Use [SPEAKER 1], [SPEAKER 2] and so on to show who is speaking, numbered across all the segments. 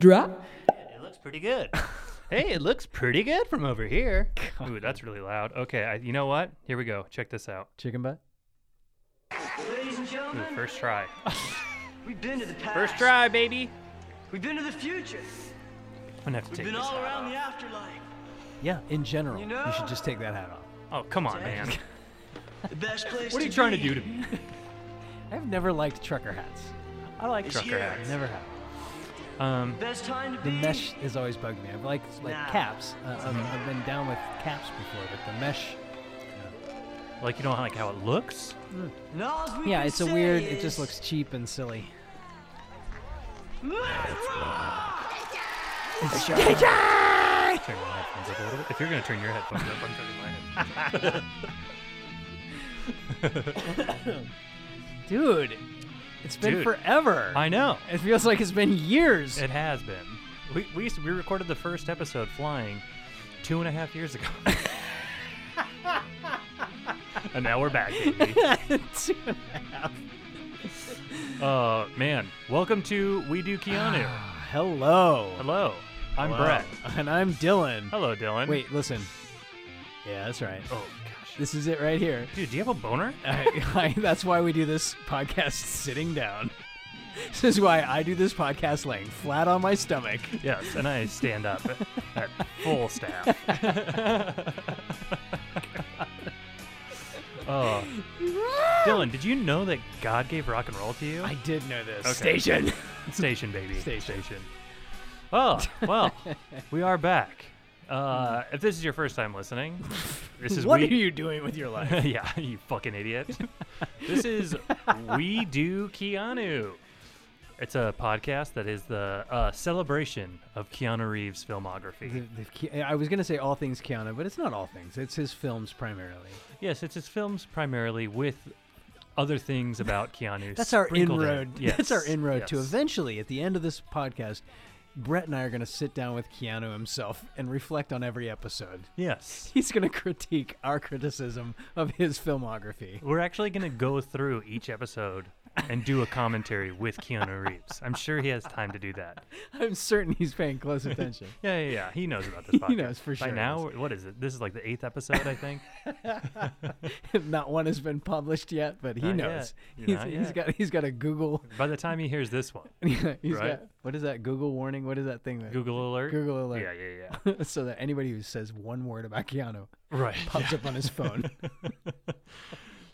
[SPEAKER 1] drop.
[SPEAKER 2] It looks pretty good. hey, it looks pretty good from over here. Ooh, that's really loud. Okay, I, you know what? Here we go. Check this out.
[SPEAKER 1] Chicken butt.
[SPEAKER 3] Ladies and
[SPEAKER 2] Ooh,
[SPEAKER 3] gentlemen,
[SPEAKER 2] first try.
[SPEAKER 3] we've been to the past.
[SPEAKER 2] First try, baby.
[SPEAKER 3] We've been to the future.
[SPEAKER 2] I'm gonna have to
[SPEAKER 3] We've
[SPEAKER 2] take
[SPEAKER 3] been
[SPEAKER 2] this.
[SPEAKER 3] all
[SPEAKER 2] out.
[SPEAKER 3] around the afterlife.
[SPEAKER 1] Yeah, in general,
[SPEAKER 3] You
[SPEAKER 1] you,
[SPEAKER 3] know-
[SPEAKER 1] should just take that hat off.
[SPEAKER 2] Oh, come on, man.
[SPEAKER 3] The best place
[SPEAKER 2] What are
[SPEAKER 3] to
[SPEAKER 2] you trying to
[SPEAKER 3] be
[SPEAKER 2] do to me?
[SPEAKER 1] I've never liked trucker hats.
[SPEAKER 2] I like
[SPEAKER 3] It's
[SPEAKER 2] trucker
[SPEAKER 3] here.
[SPEAKER 2] hats.
[SPEAKER 1] Never have.
[SPEAKER 2] Um,
[SPEAKER 3] Best time to
[SPEAKER 1] The
[SPEAKER 3] be.
[SPEAKER 1] mesh has always bugged me. I've liked like
[SPEAKER 3] Nah.
[SPEAKER 1] caps. Uh, I've, I've been down with caps before, but the mesh.
[SPEAKER 2] like you don't like how it looks.
[SPEAKER 3] And all we
[SPEAKER 1] Yeah,
[SPEAKER 3] can
[SPEAKER 1] it's a
[SPEAKER 3] say
[SPEAKER 1] weird. It
[SPEAKER 3] is,
[SPEAKER 1] just looks cheap and silly.
[SPEAKER 3] "Let's rock!"
[SPEAKER 2] Turn my headphones up a little bit. If you're gonna turn your headphones up, I'm turning my headphones.
[SPEAKER 1] Dude, it's been
[SPEAKER 2] Dude.
[SPEAKER 1] forever.
[SPEAKER 2] I know.
[SPEAKER 1] it feels like it's been years.
[SPEAKER 2] It has been. We we used to- we recorded the first episode flying two and a half years ago. and now we're back. Baby.
[SPEAKER 1] Two and a half.
[SPEAKER 2] Uh, man, welcome to We Do Keanu.
[SPEAKER 1] Hello.
[SPEAKER 2] Ah, Hello, I'm
[SPEAKER 1] Ah. Hello.
[SPEAKER 2] Brett.
[SPEAKER 1] And I'm Dylan.
[SPEAKER 2] Hello, Dylan.
[SPEAKER 1] Wait, listen. Yeah, that's right.
[SPEAKER 2] Oh gosh,
[SPEAKER 1] This is it right here.
[SPEAKER 2] dude, do you have a boner?
[SPEAKER 1] I, I, that's why we do this podcast sitting down. This is why I do this podcast laying flat on my stomach.
[SPEAKER 2] Yes, and I stand up at full staff. oh. Dylan, did you know that God gave rock and roll to you?
[SPEAKER 1] I did know this.
[SPEAKER 2] Okay.
[SPEAKER 1] Station.
[SPEAKER 2] Station, baby.
[SPEAKER 1] Station.
[SPEAKER 2] Oh, well, we are back. Uh, if this is your first time listening, this is
[SPEAKER 1] what
[SPEAKER 2] we.
[SPEAKER 1] are you doing with your life?
[SPEAKER 2] yeah, you fucking idiot. this is We Do Keanu. It's a podcast that is the uh, celebration of Keanu Reeves' filmography.
[SPEAKER 1] The- the Ke- I was going to say all things Keanu, but it's not all things. It's his films primarily.
[SPEAKER 2] Yes, it's his films primarily with other things about Keanu.
[SPEAKER 1] That's our
[SPEAKER 2] sprinkled in.
[SPEAKER 1] inroad. That's our
[SPEAKER 2] Yes,
[SPEAKER 1] inroad to
[SPEAKER 2] yes.
[SPEAKER 1] eventually, at the end of this podcast, Brett and I are going to sit down with Keanu himself and reflect on every episode.
[SPEAKER 2] Yes.
[SPEAKER 1] He's going to critique our criticism of his filmography.
[SPEAKER 2] We're actually going to go through each episode and do a commentary with Keanu Reeves. I'm sure he has time to do that.
[SPEAKER 1] I'm certain he's paying close attention.
[SPEAKER 2] Yeah, yeah, yeah. He knows about this podcast.
[SPEAKER 1] He knows for
[SPEAKER 2] By
[SPEAKER 1] sure
[SPEAKER 2] now,
[SPEAKER 1] he
[SPEAKER 2] we're- what is it? This is like the eighth episode, I think.
[SPEAKER 1] Not one has been published yet, but he
[SPEAKER 2] Not
[SPEAKER 1] knows.
[SPEAKER 2] yet.
[SPEAKER 1] He's,
[SPEAKER 2] Not
[SPEAKER 1] he's
[SPEAKER 2] yet.
[SPEAKER 1] got he's got a Google.
[SPEAKER 2] By the time he hears this one,
[SPEAKER 1] He's
[SPEAKER 2] Right.
[SPEAKER 1] got what is that Google warning? What is that thing? That,
[SPEAKER 2] Google alert.
[SPEAKER 1] Google alert.
[SPEAKER 2] Yeah, yeah, yeah.
[SPEAKER 1] so that anybody who says one word about Keanu
[SPEAKER 2] Right.
[SPEAKER 1] pops up on his phone.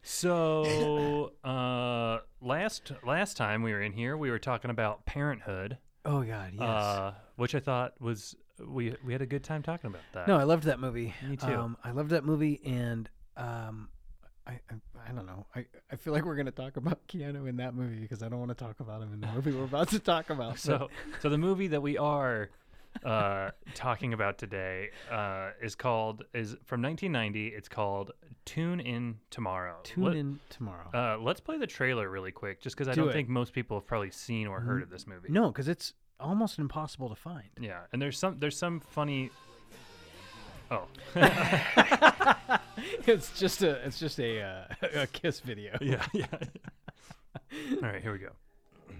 [SPEAKER 2] So, uh, last last time we were in here, we were talking about parenthood.
[SPEAKER 1] oh God, yes.
[SPEAKER 2] uh, which I thought was we we had a good time talking about that.
[SPEAKER 1] No, I loved that movie.
[SPEAKER 2] Me too.
[SPEAKER 1] Um, I loved that movie, and um, I, I I don't know. I, I feel like we're gonna talk about Keanu in that movie because I don't want to talk about him in the movie we're about to talk about.
[SPEAKER 2] so so the movie that we are uh, talking about today uh, is called is from 1990. It's called Tune In Tomorrow.
[SPEAKER 1] tune
[SPEAKER 2] Let-
[SPEAKER 1] in tomorrow.
[SPEAKER 2] Uh, let's play the trailer really quick, just because I
[SPEAKER 1] Do
[SPEAKER 2] don't
[SPEAKER 1] it. Mm-hmm.
[SPEAKER 2] think most people have probably seen or heard of this movie.
[SPEAKER 1] no, because it's almost impossible to find.
[SPEAKER 2] Yeah, and there's some there's some funny. Oh
[SPEAKER 1] it's just a it's just a uh, a kiss video.
[SPEAKER 2] yeah yeah. All right, here we go.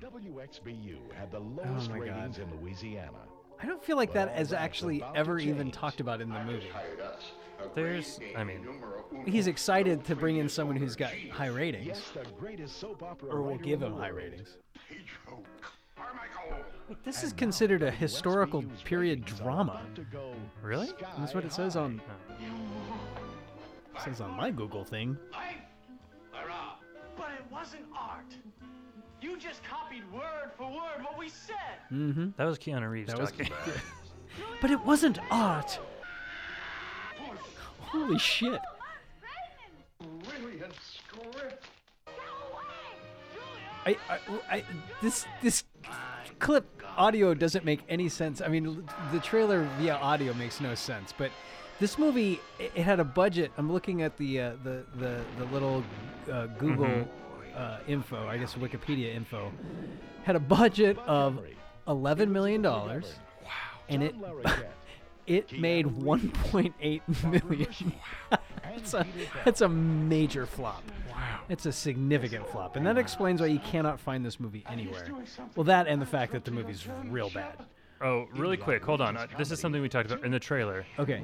[SPEAKER 4] WXBU had the lowest
[SPEAKER 1] Oh my God.
[SPEAKER 4] ratings in Louisiana.
[SPEAKER 1] I don't feel like that
[SPEAKER 4] Well,
[SPEAKER 1] is
[SPEAKER 4] that's
[SPEAKER 1] actually
[SPEAKER 4] about to
[SPEAKER 1] ever even
[SPEAKER 4] change.
[SPEAKER 1] talked about in the movie.
[SPEAKER 2] There's I mean
[SPEAKER 1] He's excited to bring in someone who's got high ratings,
[SPEAKER 4] Yes, the greatest soap opera.
[SPEAKER 1] or will
[SPEAKER 4] writer
[SPEAKER 1] give
[SPEAKER 4] in
[SPEAKER 1] him
[SPEAKER 4] the
[SPEAKER 1] high
[SPEAKER 4] world.
[SPEAKER 1] ratings.
[SPEAKER 5] Carmichael.
[SPEAKER 1] This is considered a historical
[SPEAKER 4] WXBU's
[SPEAKER 1] period
[SPEAKER 4] ratings are
[SPEAKER 1] drama.
[SPEAKER 4] about to go
[SPEAKER 2] Really?
[SPEAKER 4] sky
[SPEAKER 1] That's what it says
[SPEAKER 4] high.
[SPEAKER 1] on. Says on my Google thing.
[SPEAKER 5] I, Lara,
[SPEAKER 3] But it wasn't art. You just copied word for word what we said.
[SPEAKER 1] Mm-hmm.
[SPEAKER 2] that was Keanu Reeves
[SPEAKER 1] That was.
[SPEAKER 2] talking.
[SPEAKER 1] but it wasn't art. Holy shit!
[SPEAKER 5] brilliant script.
[SPEAKER 1] I, I, I this this clip audio doesn't make any sense. I mean, l- the trailer via audio makes no sense, but. This movie, it it had a budget. I'm looking at the uh, the, the the little uh, Google uh, info, I guess Wikipedia info, had a budget of 11 million dollars, and it
[SPEAKER 4] John Larroquette,
[SPEAKER 1] it made 1.8 million. That's a, that's a major flop. Wow. It's a significant flop. And that explains why you cannot find this movie anywhere. Well, that and the fact that the movie's real bad.
[SPEAKER 2] Oh, really quick. Hold on. Uh, this is
[SPEAKER 4] comedy.
[SPEAKER 2] something we talked about in the trailer.
[SPEAKER 1] Okay.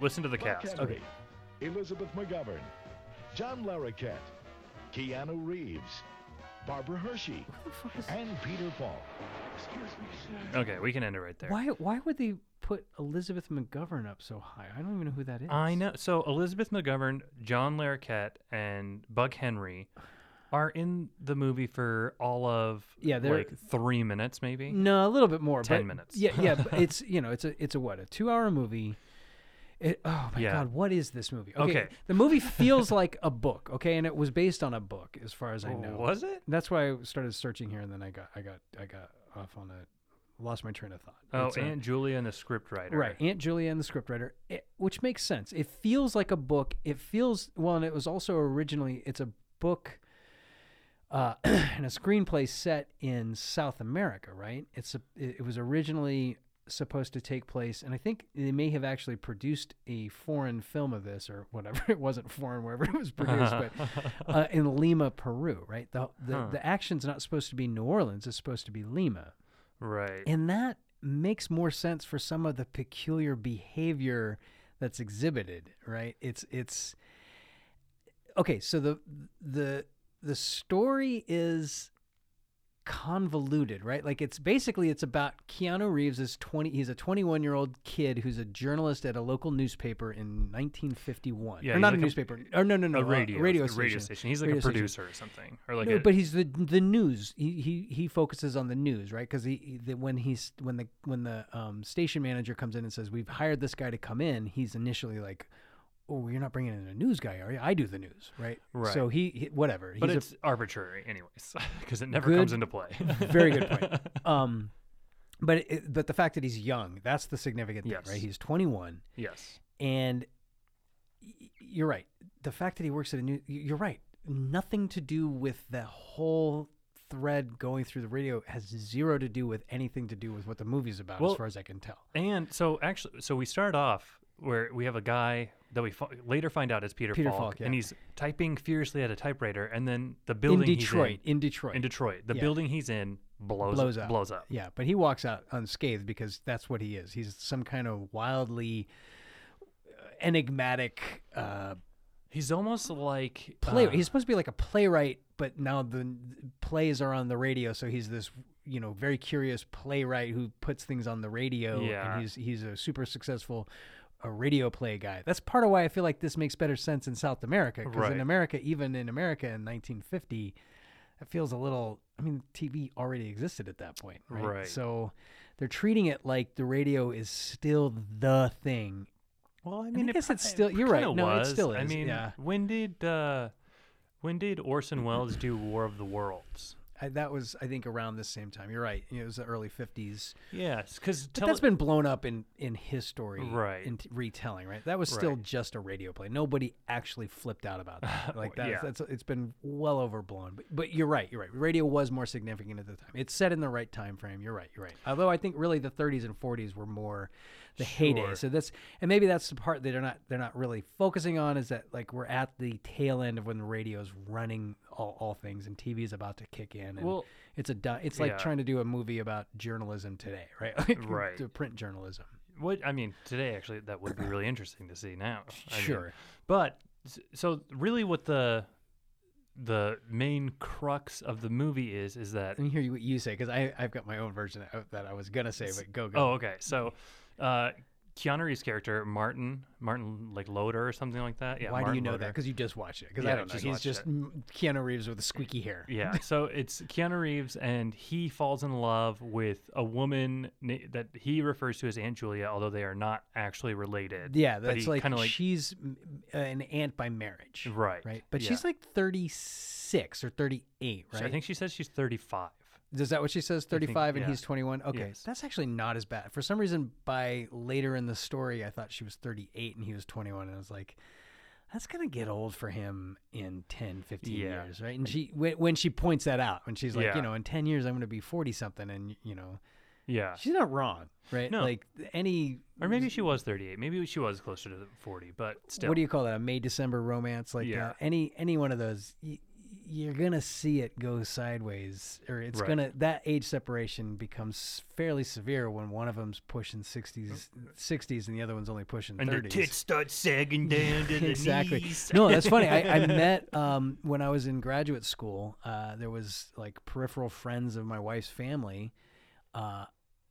[SPEAKER 2] Listen to the cast.
[SPEAKER 4] Henry, Elizabeth McGovern, John Larroquette, Keanu Reeves, Barbara Hershey, and Peter Paul.
[SPEAKER 5] Excuse me, sir.
[SPEAKER 2] Okay, we can end it right there.
[SPEAKER 1] Why why would they put Elizabeth McGovern up so high? I don't even know who that is.
[SPEAKER 2] I know. So Elizabeth McGovern, John Larroquette, and Bug Henry are in the movie for all of
[SPEAKER 1] Yeah, they're- Mm,
[SPEAKER 2] like three minutes, maybe.
[SPEAKER 1] No, a little bit more.
[SPEAKER 2] 10
[SPEAKER 1] but-
[SPEAKER 2] minutes.
[SPEAKER 1] Yeah, yeah. but it's you know, it's a it's a what a two hour movie. It, oh my
[SPEAKER 2] Yeah.
[SPEAKER 1] god, what is this movie? Okay,
[SPEAKER 2] Okay.
[SPEAKER 1] the movie feels like a book. Okay, and it was based on a book, as far as I know.
[SPEAKER 2] Was it?
[SPEAKER 1] That's why I started searching here, and then I got I got I got off on a lost my train of thought.
[SPEAKER 2] Oh,
[SPEAKER 1] It's uh, a-
[SPEAKER 2] Aunt Julia and the scriptwriter.
[SPEAKER 1] Right, Aunt Julia and the scriptwriter, it, which makes sense. It feels like a book. It feels well, and it was also originally it's a book uh, and a screenplay set in South America. Right, it's a, it it was originally supposed to take place, and I think they may have actually produced a foreign film of this or whatever. It wasn't foreign wherever it was produced, but uh, in Lima, Peru. Right, the the, the action's not supposed to be New Orleans; it's supposed to be Lima.
[SPEAKER 2] Right.
[SPEAKER 1] And that makes more sense for some of the peculiar behavior that's exhibited, right? It's it's okay, so the the the story is convoluted, right? Like it's basically it's about Keanu Reeves is 20 he's a 21-year-old kid who's a journalist at a local newspaper in 1951.
[SPEAKER 2] Yeah,
[SPEAKER 1] or
[SPEAKER 2] he's
[SPEAKER 1] not a
[SPEAKER 2] like a-
[SPEAKER 1] newspaper. or no, no, no,
[SPEAKER 2] a radio,
[SPEAKER 1] radio
[SPEAKER 2] a
[SPEAKER 1] station.
[SPEAKER 2] radio station. He's like
[SPEAKER 1] radio
[SPEAKER 2] a
[SPEAKER 1] station.
[SPEAKER 2] producer or something, or like
[SPEAKER 1] No,
[SPEAKER 2] a,
[SPEAKER 1] but he's the the news. He he, he focuses on the news, right? Because he, he the, when he's when the when the um, station manager comes in and says we've hired this guy to come in, he's initially like, "Oh, you're not bringing in a news guy, are you? I do the news, right?"
[SPEAKER 2] Right.
[SPEAKER 1] So he, he whatever.
[SPEAKER 2] but
[SPEAKER 1] he's a-
[SPEAKER 2] it's arbitrary, anyways, because it never
[SPEAKER 1] Good-
[SPEAKER 2] comes into play.
[SPEAKER 1] Very good point. Um, but it, but the fact that he's young, that's the significant thing,
[SPEAKER 2] Yes.
[SPEAKER 1] right? He's 21,
[SPEAKER 2] yes.
[SPEAKER 1] and y- y- you're right. The fact that he works at a new, you're right. Nothing to do with the whole thread going through the radio has zero to do with anything to do with what the movie's about,
[SPEAKER 2] Well-
[SPEAKER 1] as far as I can tell.
[SPEAKER 2] And so actually, so we start off where we have a guy that we fi- later find out is Peter,
[SPEAKER 1] Peter
[SPEAKER 2] Falk,
[SPEAKER 1] Falk, yeah.
[SPEAKER 2] and he's typing furiously at a typewriter, and then the building
[SPEAKER 1] in Detroit,
[SPEAKER 2] he's in,
[SPEAKER 1] in Detroit,
[SPEAKER 2] in Detroit, the
[SPEAKER 1] Yeah.
[SPEAKER 2] building he's in blows
[SPEAKER 1] blows up.
[SPEAKER 2] blows up.
[SPEAKER 1] Yeah, but he walks out unscathed because that's what he is. He's some kind of wildly uh, enigmatic uh,
[SPEAKER 2] He's almost like
[SPEAKER 1] play.
[SPEAKER 2] uh,
[SPEAKER 1] he's supposed to be like a playwright, but now the n- plays are on the radio, so he's this you know very curious playwright who puts things on the radio,
[SPEAKER 2] Yeah.
[SPEAKER 1] and he's he's a super successful. A radio play guy. That's part of why I feel like this makes better sense in South America. Because
[SPEAKER 2] Right.
[SPEAKER 1] in America, even in America in 1950, it feels a little. I mean, TV already existed at that point, right?
[SPEAKER 2] Right.
[SPEAKER 1] So they're treating it like the radio is still the thing.
[SPEAKER 2] well, I
[SPEAKER 1] mean,
[SPEAKER 2] mean,
[SPEAKER 1] I
[SPEAKER 2] it
[SPEAKER 1] guess it's
[SPEAKER 2] prob-
[SPEAKER 1] still-
[SPEAKER 2] it
[SPEAKER 1] you're right.
[SPEAKER 2] kinda
[SPEAKER 1] No, it
[SPEAKER 2] was.
[SPEAKER 1] still
[SPEAKER 2] I
[SPEAKER 1] is,
[SPEAKER 2] mean,
[SPEAKER 1] yeah.
[SPEAKER 2] when did uh, when did Orson Welles do War of the Worlds?
[SPEAKER 1] I, that was, I think, around the same time. You're right. It was the early 50s.
[SPEAKER 2] Yes, because
[SPEAKER 1] But that's been blown up in in history,
[SPEAKER 2] Right.
[SPEAKER 1] In t- retelling, right? That was still
[SPEAKER 2] Right.
[SPEAKER 1] just a radio play. Nobody actually flipped out about that. Like that,
[SPEAKER 2] yeah.
[SPEAKER 1] that's it's been well overblown. But but you're right. You're right. Radio was more significant at the time. It's set in the right time frame. You're right. You're right. Although I think really the 30s and 40s were more the heyday.
[SPEAKER 2] Sure.
[SPEAKER 1] So that's and maybe that's the part that they're not they're not really focusing on is that like we're at the tail end of when the radio's running all, all things and TV is about to kick in. And
[SPEAKER 2] Well,
[SPEAKER 1] it's a di- it's like
[SPEAKER 2] yeah.
[SPEAKER 1] trying to do a movie about journalism today, right? Like,
[SPEAKER 2] Right.
[SPEAKER 1] To print journalism.
[SPEAKER 2] What I mean today, actually, that would be really interesting to see now. I mean,
[SPEAKER 1] Sure.
[SPEAKER 2] but s- so really, what the the main crux of the movie is is
[SPEAKER 1] Let
[SPEAKER 2] that
[SPEAKER 1] me hear you, what you say because I I've got my own version that, that I was gonna say, but go
[SPEAKER 2] oh
[SPEAKER 1] go.
[SPEAKER 2] okay so uh, Keanu Reeves' character Martin Martin like Loader or something like that. Yeah,
[SPEAKER 1] Why do you
[SPEAKER 2] Martin
[SPEAKER 1] know that?
[SPEAKER 2] Loader.
[SPEAKER 1] Because you just watched it. Because
[SPEAKER 2] Yeah,
[SPEAKER 1] I
[SPEAKER 2] I
[SPEAKER 1] don't know.
[SPEAKER 2] just
[SPEAKER 1] He's
[SPEAKER 2] watched
[SPEAKER 1] just
[SPEAKER 2] it.
[SPEAKER 1] m- Keanu Reeves with a squeaky hair.
[SPEAKER 2] Yeah, so it's Keanu Reeves, and he falls in love with a woman na- that he refers to as Aunt Julia, although they are not actually related.
[SPEAKER 1] Yeah,
[SPEAKER 2] but
[SPEAKER 1] that's
[SPEAKER 2] he
[SPEAKER 1] like,
[SPEAKER 2] kinda like
[SPEAKER 1] she's m- an aunt by marriage.
[SPEAKER 2] Right,
[SPEAKER 1] Right. But
[SPEAKER 2] yeah.
[SPEAKER 1] she's like 36 or 38,
[SPEAKER 2] So
[SPEAKER 1] right?
[SPEAKER 2] I think she says she's thirty five.
[SPEAKER 1] Is that what she says? 35
[SPEAKER 2] yeah.
[SPEAKER 1] and he's 21? Okay.
[SPEAKER 2] Yes.
[SPEAKER 1] That's actually not as bad. For some reason, by later in the story, I thought she was 38 and he was 21. And I was like, that's going to get old for him in 10, 15
[SPEAKER 2] Yeah.
[SPEAKER 1] years, right? And she, when, when she points that out, when she's like,
[SPEAKER 2] Yeah.
[SPEAKER 1] you know, in 10 years, I'm going to be 40 something. And, you know,
[SPEAKER 2] Yeah,
[SPEAKER 1] she's not wrong, right?
[SPEAKER 2] No.
[SPEAKER 1] Like any,
[SPEAKER 2] Or maybe she was 38. Maybe she was closer to the 40, but still.
[SPEAKER 1] what do you call that? A May, December romance like
[SPEAKER 2] Yeah.
[SPEAKER 1] that? Any, any one of those, y- you're gonna see it go sideways, or it's
[SPEAKER 2] Right.
[SPEAKER 1] gonna that age separation becomes fairly severe when one of them's pushing sixties, sixties, and the other one's only pushing
[SPEAKER 2] and their
[SPEAKER 1] thirties.
[SPEAKER 2] tits start sagging down to the
[SPEAKER 1] exactly.
[SPEAKER 2] knees.
[SPEAKER 1] No, that's funny. I, I met um, when I was in graduate school. Uh, there was like peripheral friends of my wife's family uh,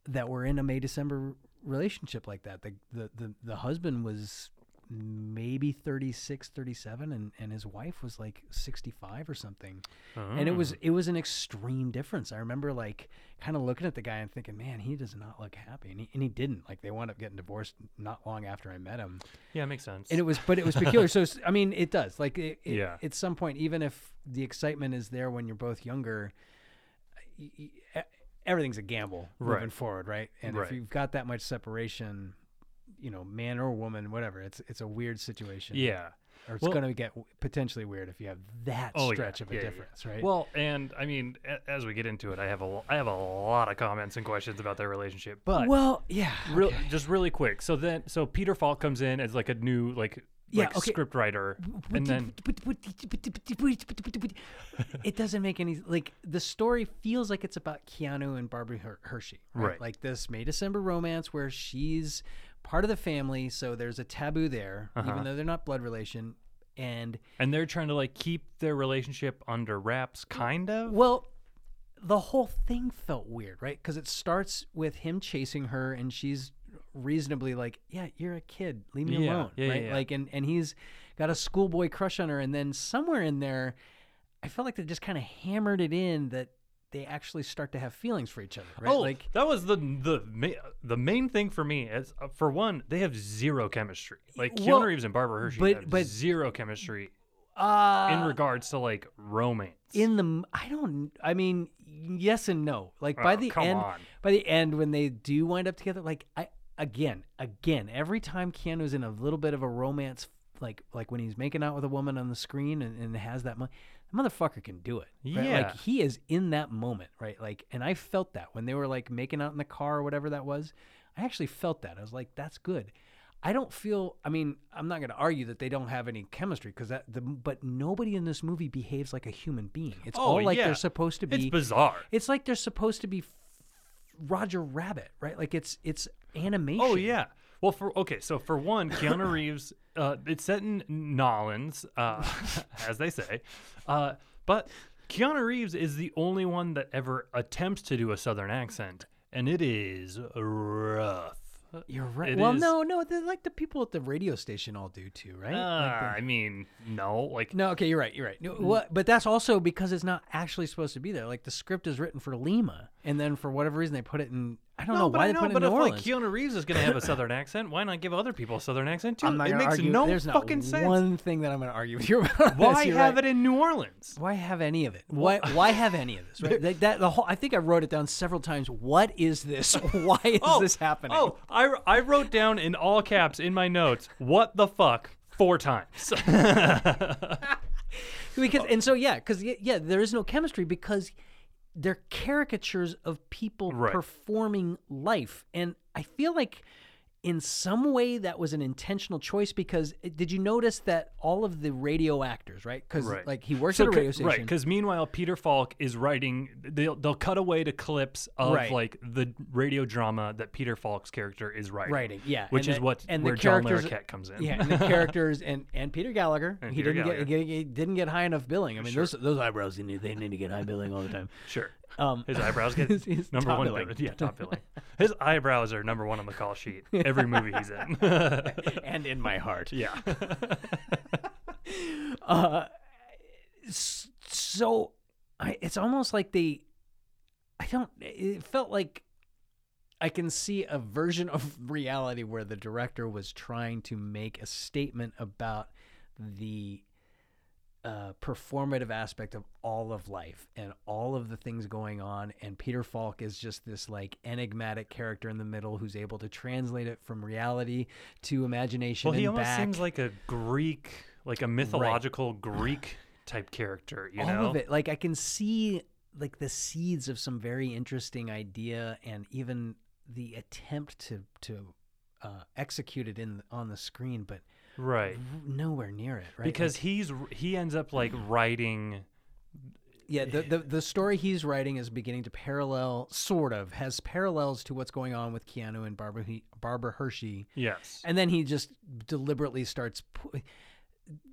[SPEAKER 1] that were in a May December relationship like that. The the the, the husband was maybe 36 37 and, and his wife was like 65 or something and
[SPEAKER 2] Uh-huh.
[SPEAKER 1] it
[SPEAKER 2] Hmm.
[SPEAKER 1] was it was an extreme difference i remember like kind of looking at the guy and thinking man he does not look happy and he, and he didn't like they wound up getting divorced not long after i met him
[SPEAKER 2] yeah, makes sense.
[SPEAKER 1] and it was, but it was peculiar. so s- I mean, it does. Like, it, it-
[SPEAKER 2] Yeah.
[SPEAKER 1] at some point, even if the excitement is there when you're both younger, y- y- e- everything's a gamble moving
[SPEAKER 2] Right.
[SPEAKER 1] forward, right? And if
[SPEAKER 2] Right.
[SPEAKER 1] you've got that much separation, you know, man or woman, whatever, it's it's a weird situation.
[SPEAKER 2] yeah.
[SPEAKER 1] or it's
[SPEAKER 2] Well-
[SPEAKER 1] going to get w- potentially weird if you have that
[SPEAKER 2] Oh, yeah,
[SPEAKER 1] stretch of a
[SPEAKER 2] yeah, yeah, yeah.
[SPEAKER 1] difference, right?
[SPEAKER 2] Well, and I mean, a- as we get into it, I have a l- I have a lot of comments and questions about their relationship, but
[SPEAKER 1] well, yeah,
[SPEAKER 2] real, just really quick. So then, so Peter Falk comes in as like a new like
[SPEAKER 1] Yeah,
[SPEAKER 2] like
[SPEAKER 1] okay.
[SPEAKER 2] script writer, and then
[SPEAKER 1] it doesn't make any like the story feels like it's about Keanu and Barbara Her- Hershey, right?
[SPEAKER 2] Right.
[SPEAKER 1] Like this May December romance where she's part of the family, so there's a taboo there,
[SPEAKER 2] Uh-huh.
[SPEAKER 1] even though they're not blood relation. And
[SPEAKER 2] and they're trying to like keep their relationship under wraps, kind of.
[SPEAKER 1] well, the whole thing felt weird, right? Because it starts with him chasing her, and she's reasonably like, "Yeah, you're a kid, leave me
[SPEAKER 2] Yeah,
[SPEAKER 1] alone,"
[SPEAKER 2] yeah, yeah,
[SPEAKER 1] right?
[SPEAKER 2] yeah.
[SPEAKER 1] Like, and and he's got a schoolboy crush on her, and then somewhere in there, I felt like they just kind of hammered it in that they actually start to have feelings for each other, right?
[SPEAKER 2] Oh,
[SPEAKER 1] like,
[SPEAKER 2] that was the the ma- the main thing for me. Is uh, for one, they have zero chemistry. Like Keanu
[SPEAKER 1] Well,
[SPEAKER 2] Reeves and Barbara Hershey
[SPEAKER 1] but-
[SPEAKER 2] have
[SPEAKER 1] but-
[SPEAKER 2] zero chemistry
[SPEAKER 1] uh,
[SPEAKER 2] in regards to like romance.
[SPEAKER 1] in the m- I don't I mean yes and no. Like by
[SPEAKER 2] Oh,
[SPEAKER 1] the
[SPEAKER 2] come
[SPEAKER 1] end
[SPEAKER 2] on.
[SPEAKER 1] by the end when they do wind up together like I again again every time Keanu's in a little bit of a romance like like when he's making out with a woman on the screen and, and has that mo- the motherfucker can do it. right?
[SPEAKER 2] Yeah.
[SPEAKER 1] Like he is in that moment, right? Like and I felt that when they were like making out in the car or whatever that was. I actually felt that. I was like that's good. I don't feel. I mean, I'm not going to argue that they don't have any chemistry because that. The, but nobody in this movie behaves like a human being. It's
[SPEAKER 2] Oh,
[SPEAKER 1] all like
[SPEAKER 2] yeah.
[SPEAKER 1] they're supposed to be.
[SPEAKER 2] it's bizarre.
[SPEAKER 1] It's like they're supposed to be Roger Rabbit, right? Like it's it's animation.
[SPEAKER 2] Oh yeah. Well, for okay, so for one, Keanu Reeves, uh, it's set in Nolans, uh, as they say, uh, but Keanu Reeves is the only one that ever attempts to do a Southern accent, and it is rough.
[SPEAKER 1] you're right.
[SPEAKER 2] It
[SPEAKER 1] well,
[SPEAKER 2] is-
[SPEAKER 1] no, no, they're like the people at the radio station all do too, right?
[SPEAKER 2] Uh, Mm.
[SPEAKER 1] Like the-
[SPEAKER 2] I mean, no, like
[SPEAKER 1] no, okay, you're right. You're right. No, what, but that's also because it's not actually supposed to be there. Like the script is written for Lima, and then for whatever reason they put it in. I don't know
[SPEAKER 2] but
[SPEAKER 1] why
[SPEAKER 2] I
[SPEAKER 1] they
[SPEAKER 2] know,
[SPEAKER 1] put it
[SPEAKER 2] but
[SPEAKER 1] in
[SPEAKER 2] if
[SPEAKER 1] New Orleans.
[SPEAKER 2] like Keanu Reeves is gonna have a Southern accent, why not give other people a Southern accent too?
[SPEAKER 1] I'm not
[SPEAKER 2] it
[SPEAKER 1] gonna
[SPEAKER 2] makes
[SPEAKER 1] argue.
[SPEAKER 2] no
[SPEAKER 1] There's
[SPEAKER 2] fucking
[SPEAKER 1] not
[SPEAKER 2] sense.
[SPEAKER 1] One thing that I'm going to argue with you about.
[SPEAKER 2] why have it in New Orleans?
[SPEAKER 1] Why have any of it? Why why have any of this? Right? Like that the whole. I think I wrote it down several times. What is this? Why is this happening?
[SPEAKER 2] Oh, I, I wrote down in all caps in my notes, what the fuck, four times. Oh.
[SPEAKER 1] because and so yeah, because yeah, there is no chemistry because they're caricatures of people
[SPEAKER 2] Right.
[SPEAKER 1] performing life, and I feel like in some way that was an intentional choice because eh, did you notice that all of the radio actors, right? Because
[SPEAKER 2] Right.
[SPEAKER 1] like he works
[SPEAKER 2] So
[SPEAKER 1] at a
[SPEAKER 2] c-
[SPEAKER 1] radio station,
[SPEAKER 2] Right, because meanwhile, Peter Falk is writing, they'll, they'll cut away to clips of
[SPEAKER 1] Right.
[SPEAKER 2] like the radio drama that Peter Falk's character is writing.
[SPEAKER 1] writing, yeah,
[SPEAKER 2] Which
[SPEAKER 1] and
[SPEAKER 2] is
[SPEAKER 1] the-
[SPEAKER 2] what
[SPEAKER 1] and the
[SPEAKER 2] where John
[SPEAKER 1] characters-
[SPEAKER 2] Larroquette comes in.
[SPEAKER 1] Yeah, and the characters and, and Peter Gallagher.
[SPEAKER 2] And
[SPEAKER 1] he
[SPEAKER 2] Peter
[SPEAKER 1] didn't
[SPEAKER 2] Gallagher.
[SPEAKER 1] get he, he didn't get high enough billing. I mean, those those eyebrows they need, they need to get high billing all the time.
[SPEAKER 2] sure.
[SPEAKER 1] Um,
[SPEAKER 2] His eyebrows get
[SPEAKER 1] His- his
[SPEAKER 2] number
[SPEAKER 1] top
[SPEAKER 2] one.
[SPEAKER 1] billing.
[SPEAKER 2] Yeah, top billing. His eyebrows are number one on the call sheet. Every movie he's in.
[SPEAKER 1] and in my heart. Uh,
[SPEAKER 2] yeah.
[SPEAKER 1] So I, it's almost like they. I don't. It felt like I can see a version of reality where the director was trying to make a statement about the uh, performative aspect of all of life and all of the things going on. And Peter Falk is just this like enigmatic character in the middle who's able to translate it from reality to imagination.
[SPEAKER 2] Well, he
[SPEAKER 1] and
[SPEAKER 2] almost
[SPEAKER 1] back.
[SPEAKER 2] seems like a Greek, like a mythological Greek type character. You
[SPEAKER 1] all
[SPEAKER 2] know,
[SPEAKER 1] of it. Like I can see like the seeds of some very interesting idea, and even the attempt to to uh, execute it in on the screen, but
[SPEAKER 2] right?
[SPEAKER 1] nowhere near it. Right?
[SPEAKER 2] Because he's he ends up like writing
[SPEAKER 1] yeah, the, the the story he's writing is beginning to parallel, sort of, has parallels to what's going on with Keanu and Barbara He- Barbara Hershey.
[SPEAKER 2] Yes.
[SPEAKER 1] And then he just deliberately starts. pu-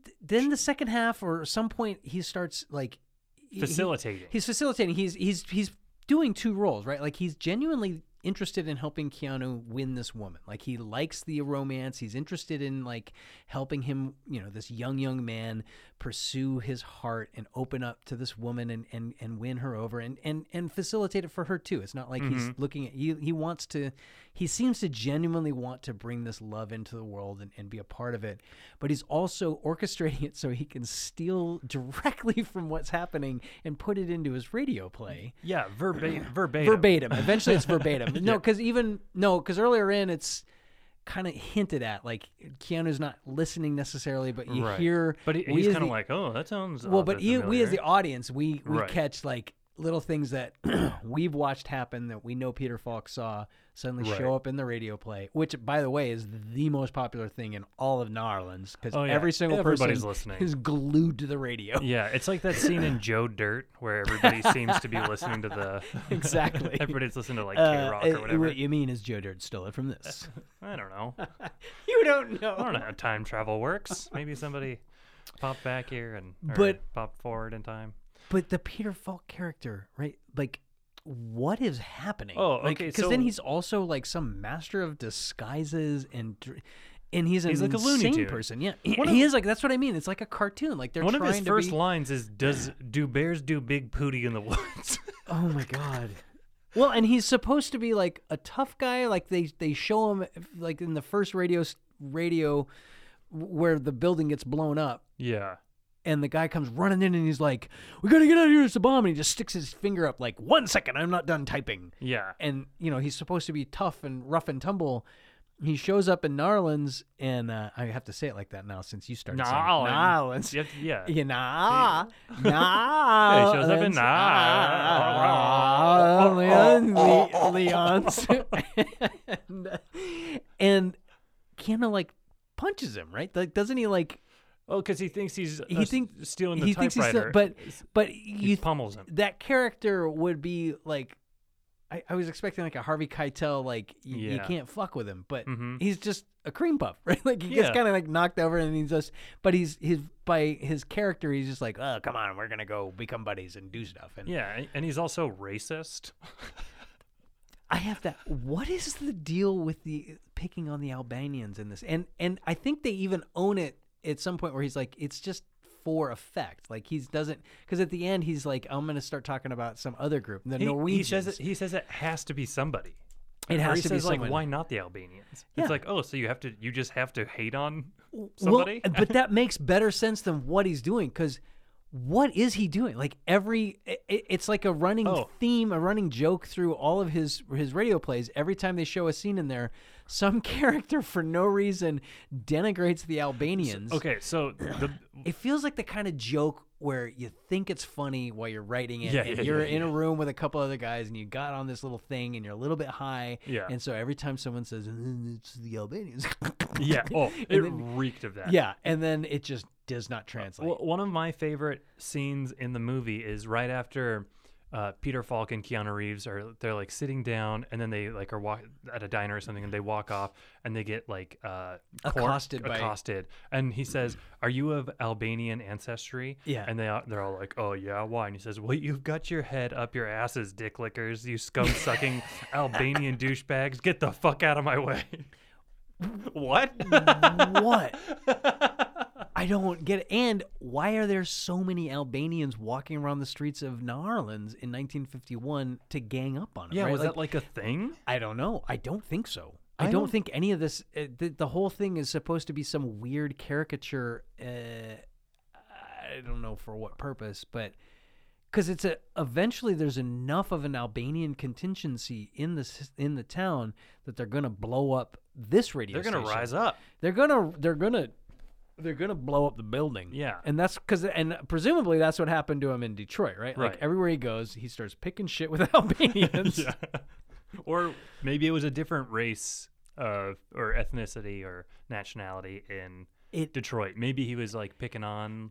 [SPEAKER 1] th- Then the second half, or some point, he starts like he- he-
[SPEAKER 2] Facilitating.
[SPEAKER 1] he's facilitating. He's he's he's doing two roles, right? Like he's genuinely interested in helping Keanu win this woman. Like he likes the romance. He's interested in like helping him, you know, this young young man pursue his heart and open up to this woman and and and win her over and and and facilitate it for her too. It's not like he's
[SPEAKER 2] Mm-hmm.
[SPEAKER 1] looking at he he wants to he seems to genuinely want to bring this love into the world and, and be a part of it. But he's also orchestrating it so he can steal directly from what's happening and put it into his radio play
[SPEAKER 2] yeah, verbatim. verbatim.
[SPEAKER 1] verbatim. Eventually, it's verbatim. No, because even no, because earlier in it's kind of hinted at like Keanu's not listening necessarily, but you
[SPEAKER 2] Right.
[SPEAKER 1] hear.
[SPEAKER 2] But he,
[SPEAKER 1] we
[SPEAKER 2] he's
[SPEAKER 1] as
[SPEAKER 2] kind of
[SPEAKER 1] the-
[SPEAKER 2] like, oh, that sounds.
[SPEAKER 1] well,
[SPEAKER 2] oddly
[SPEAKER 1] but you, we as the
[SPEAKER 2] familiar."
[SPEAKER 1] audience, we we
[SPEAKER 2] Right.
[SPEAKER 1] catch like little things that we've watched happen that we know Peter Falk saw suddenly
[SPEAKER 2] Right.
[SPEAKER 1] show up in the radio play, which by the way is the most popular thing in all of New Orleans because
[SPEAKER 2] Oh, yeah.
[SPEAKER 1] every single
[SPEAKER 2] Everybody's
[SPEAKER 1] person
[SPEAKER 2] listening.
[SPEAKER 1] is glued to the radio.
[SPEAKER 2] Yeah, it's like that scene in Joe Dirt where everybody seems to be listening to the.
[SPEAKER 1] Exactly.
[SPEAKER 2] everybody's listening to like K
[SPEAKER 1] Uh,
[SPEAKER 2] Rock
[SPEAKER 1] uh,
[SPEAKER 2] or whatever.
[SPEAKER 1] What you mean is Joe Dirt stolen from this?
[SPEAKER 2] I don't know.
[SPEAKER 1] you don't know.
[SPEAKER 2] I don't know how time travel works. Maybe somebody pop back here and or
[SPEAKER 1] But-
[SPEAKER 2] pop forward in time.
[SPEAKER 1] But the Peter Falk character, right? Like, what is happening?
[SPEAKER 2] Oh,
[SPEAKER 1] Like,
[SPEAKER 2] okay,
[SPEAKER 1] then
[SPEAKER 2] so-
[SPEAKER 1] he's also like some master of disguises and. dr- And he's an
[SPEAKER 2] He's like a Looney
[SPEAKER 1] insane
[SPEAKER 2] Tune.
[SPEAKER 1] person. Yeah, he,
[SPEAKER 2] One
[SPEAKER 1] he
[SPEAKER 2] of-
[SPEAKER 1] is like that's what I mean. It's like a cartoon. Like they're
[SPEAKER 2] One of
[SPEAKER 1] trying
[SPEAKER 2] his
[SPEAKER 1] to
[SPEAKER 2] first
[SPEAKER 1] be.
[SPEAKER 2] lines is, "Does do bears do big pooty in the woods?"
[SPEAKER 1] oh my god. Well, and he's supposed to be like a tough guy. Like they they show him like in the first radio s- radio where the building gets blown up.
[SPEAKER 2] yeah.
[SPEAKER 1] and the guy comes running in and he's like, "We gotta get out of here! It's a bomb!" And he just sticks his finger up, like, "One second, I'm not done typing."
[SPEAKER 2] Yeah.
[SPEAKER 1] And you know he's supposed to be tough and rough and tumble. He shows up in Narlands, and uh, I have to say it like that now since you started. saying it.
[SPEAKER 2] Narlands.
[SPEAKER 1] Narlands.
[SPEAKER 2] You have to- yeah.
[SPEAKER 1] Yeah, nah,
[SPEAKER 2] Yeah,
[SPEAKER 1] nah.
[SPEAKER 2] he shows up in Nar-
[SPEAKER 1] Leon, Le- Leon's, and, and Keanu like punches him, right? Like, doesn't he like?
[SPEAKER 2] Oh, because he thinks he's
[SPEAKER 1] He
[SPEAKER 2] uh, s-
[SPEAKER 1] think-
[SPEAKER 2] stealing the
[SPEAKER 1] he thinks he's still-
[SPEAKER 2] typewriter.
[SPEAKER 1] but but
[SPEAKER 2] he
[SPEAKER 1] you
[SPEAKER 2] pummels him.
[SPEAKER 1] that character would be like I, I was expecting like a Harvey Keitel like y- you
[SPEAKER 2] Yeah.
[SPEAKER 1] can't fuck with him but
[SPEAKER 2] Mhm.
[SPEAKER 1] he's just a cream puff right like he gets
[SPEAKER 2] Yeah.
[SPEAKER 1] kind of like knocked over and he's just but he's his by his character he's just like oh come on we're gonna go become buddies and do stuff and
[SPEAKER 2] Yeah, a- and he's also racist.
[SPEAKER 1] I have that what is the deal with the picking on the Albanians in this and and I think they even own it at some point where he's like it's just for effect like he's doesn't because at the end he's like I'm gonna start talking about some other group the
[SPEAKER 2] He, he
[SPEAKER 1] Norwegians
[SPEAKER 2] says it, he says it has to be somebody.
[SPEAKER 1] It
[SPEAKER 2] Or
[SPEAKER 1] has
[SPEAKER 2] he
[SPEAKER 1] to be
[SPEAKER 2] says, like,
[SPEAKER 1] someone.
[SPEAKER 2] why not the Albanians?
[SPEAKER 1] Yeah.
[SPEAKER 2] It's like, oh, so you have to, you just have to hate on
[SPEAKER 1] Well, uh,
[SPEAKER 2] somebody.
[SPEAKER 1] but that makes better sense than what he's doing because what is he doing? Like every, i- i it's like a running
[SPEAKER 2] Oh.
[SPEAKER 1] theme, a running joke through all of his his radio plays. Every time they show a scene in there, some character for no reason denigrates the Albanians.
[SPEAKER 2] okay, so the
[SPEAKER 1] It feels like the kind of joke where you think it's funny while you're writing it,
[SPEAKER 2] Yeah,
[SPEAKER 1] and
[SPEAKER 2] yeah,
[SPEAKER 1] you're
[SPEAKER 2] yeah,
[SPEAKER 1] in a room with a couple other guys, and you got on this little thing, and you're a little bit high,
[SPEAKER 2] Yeah.
[SPEAKER 1] And so every time someone says "Mm, "It's the Albanians,"
[SPEAKER 2] yeah, oh, it
[SPEAKER 1] And then-
[SPEAKER 2] reeked of that.
[SPEAKER 1] yeah, and then it just does not translate.
[SPEAKER 2] Well, one of my favorite scenes in the movie is right after uh, Peter Falk and Keanu Reeves are they're like sitting down and then they like are walk at a diner or something and they walk off and they get like uh, cor-
[SPEAKER 1] Accosted by-
[SPEAKER 2] accosted and he says, "Are you of Albanian ancestry?"
[SPEAKER 1] Yeah.
[SPEAKER 2] and they are, they're all like, "Oh yeah, why?" And he says, "Well, you've got your head up your asses, dick lickers, you scum sucking Albanian douchebags. Get the fuck out of my way." what?
[SPEAKER 1] what? I don't get it. And why are there so many Albanians walking around the streets of New Orleans in 1951 to gang up on him?
[SPEAKER 2] yeah,
[SPEAKER 1] right?
[SPEAKER 2] was
[SPEAKER 1] like,
[SPEAKER 2] that like a thing?
[SPEAKER 1] I don't know. I don't think so. I, don't,
[SPEAKER 2] don't-
[SPEAKER 1] think any of this. Uh, the, the whole thing is supposed to be some weird caricature. Uh, I don't know for what purpose, but because it's a eventually there's enough of an Albanian contingency in this in the town that they're gonna blow up this radio.
[SPEAKER 2] They're gonna
[SPEAKER 1] station.
[SPEAKER 2] rise up.
[SPEAKER 1] They're gonna they're gonna they're gonna blow up the building.
[SPEAKER 2] Yeah.
[SPEAKER 1] and that's because and presumably that's what happened to him in Detroit, right?
[SPEAKER 2] Right.
[SPEAKER 1] Like everywhere he goes, he starts picking shit with Albanians.
[SPEAKER 2] yeah. or maybe it was a different race uh, or ethnicity or nationality in
[SPEAKER 1] It-
[SPEAKER 2] Detroit. Maybe he was like picking on,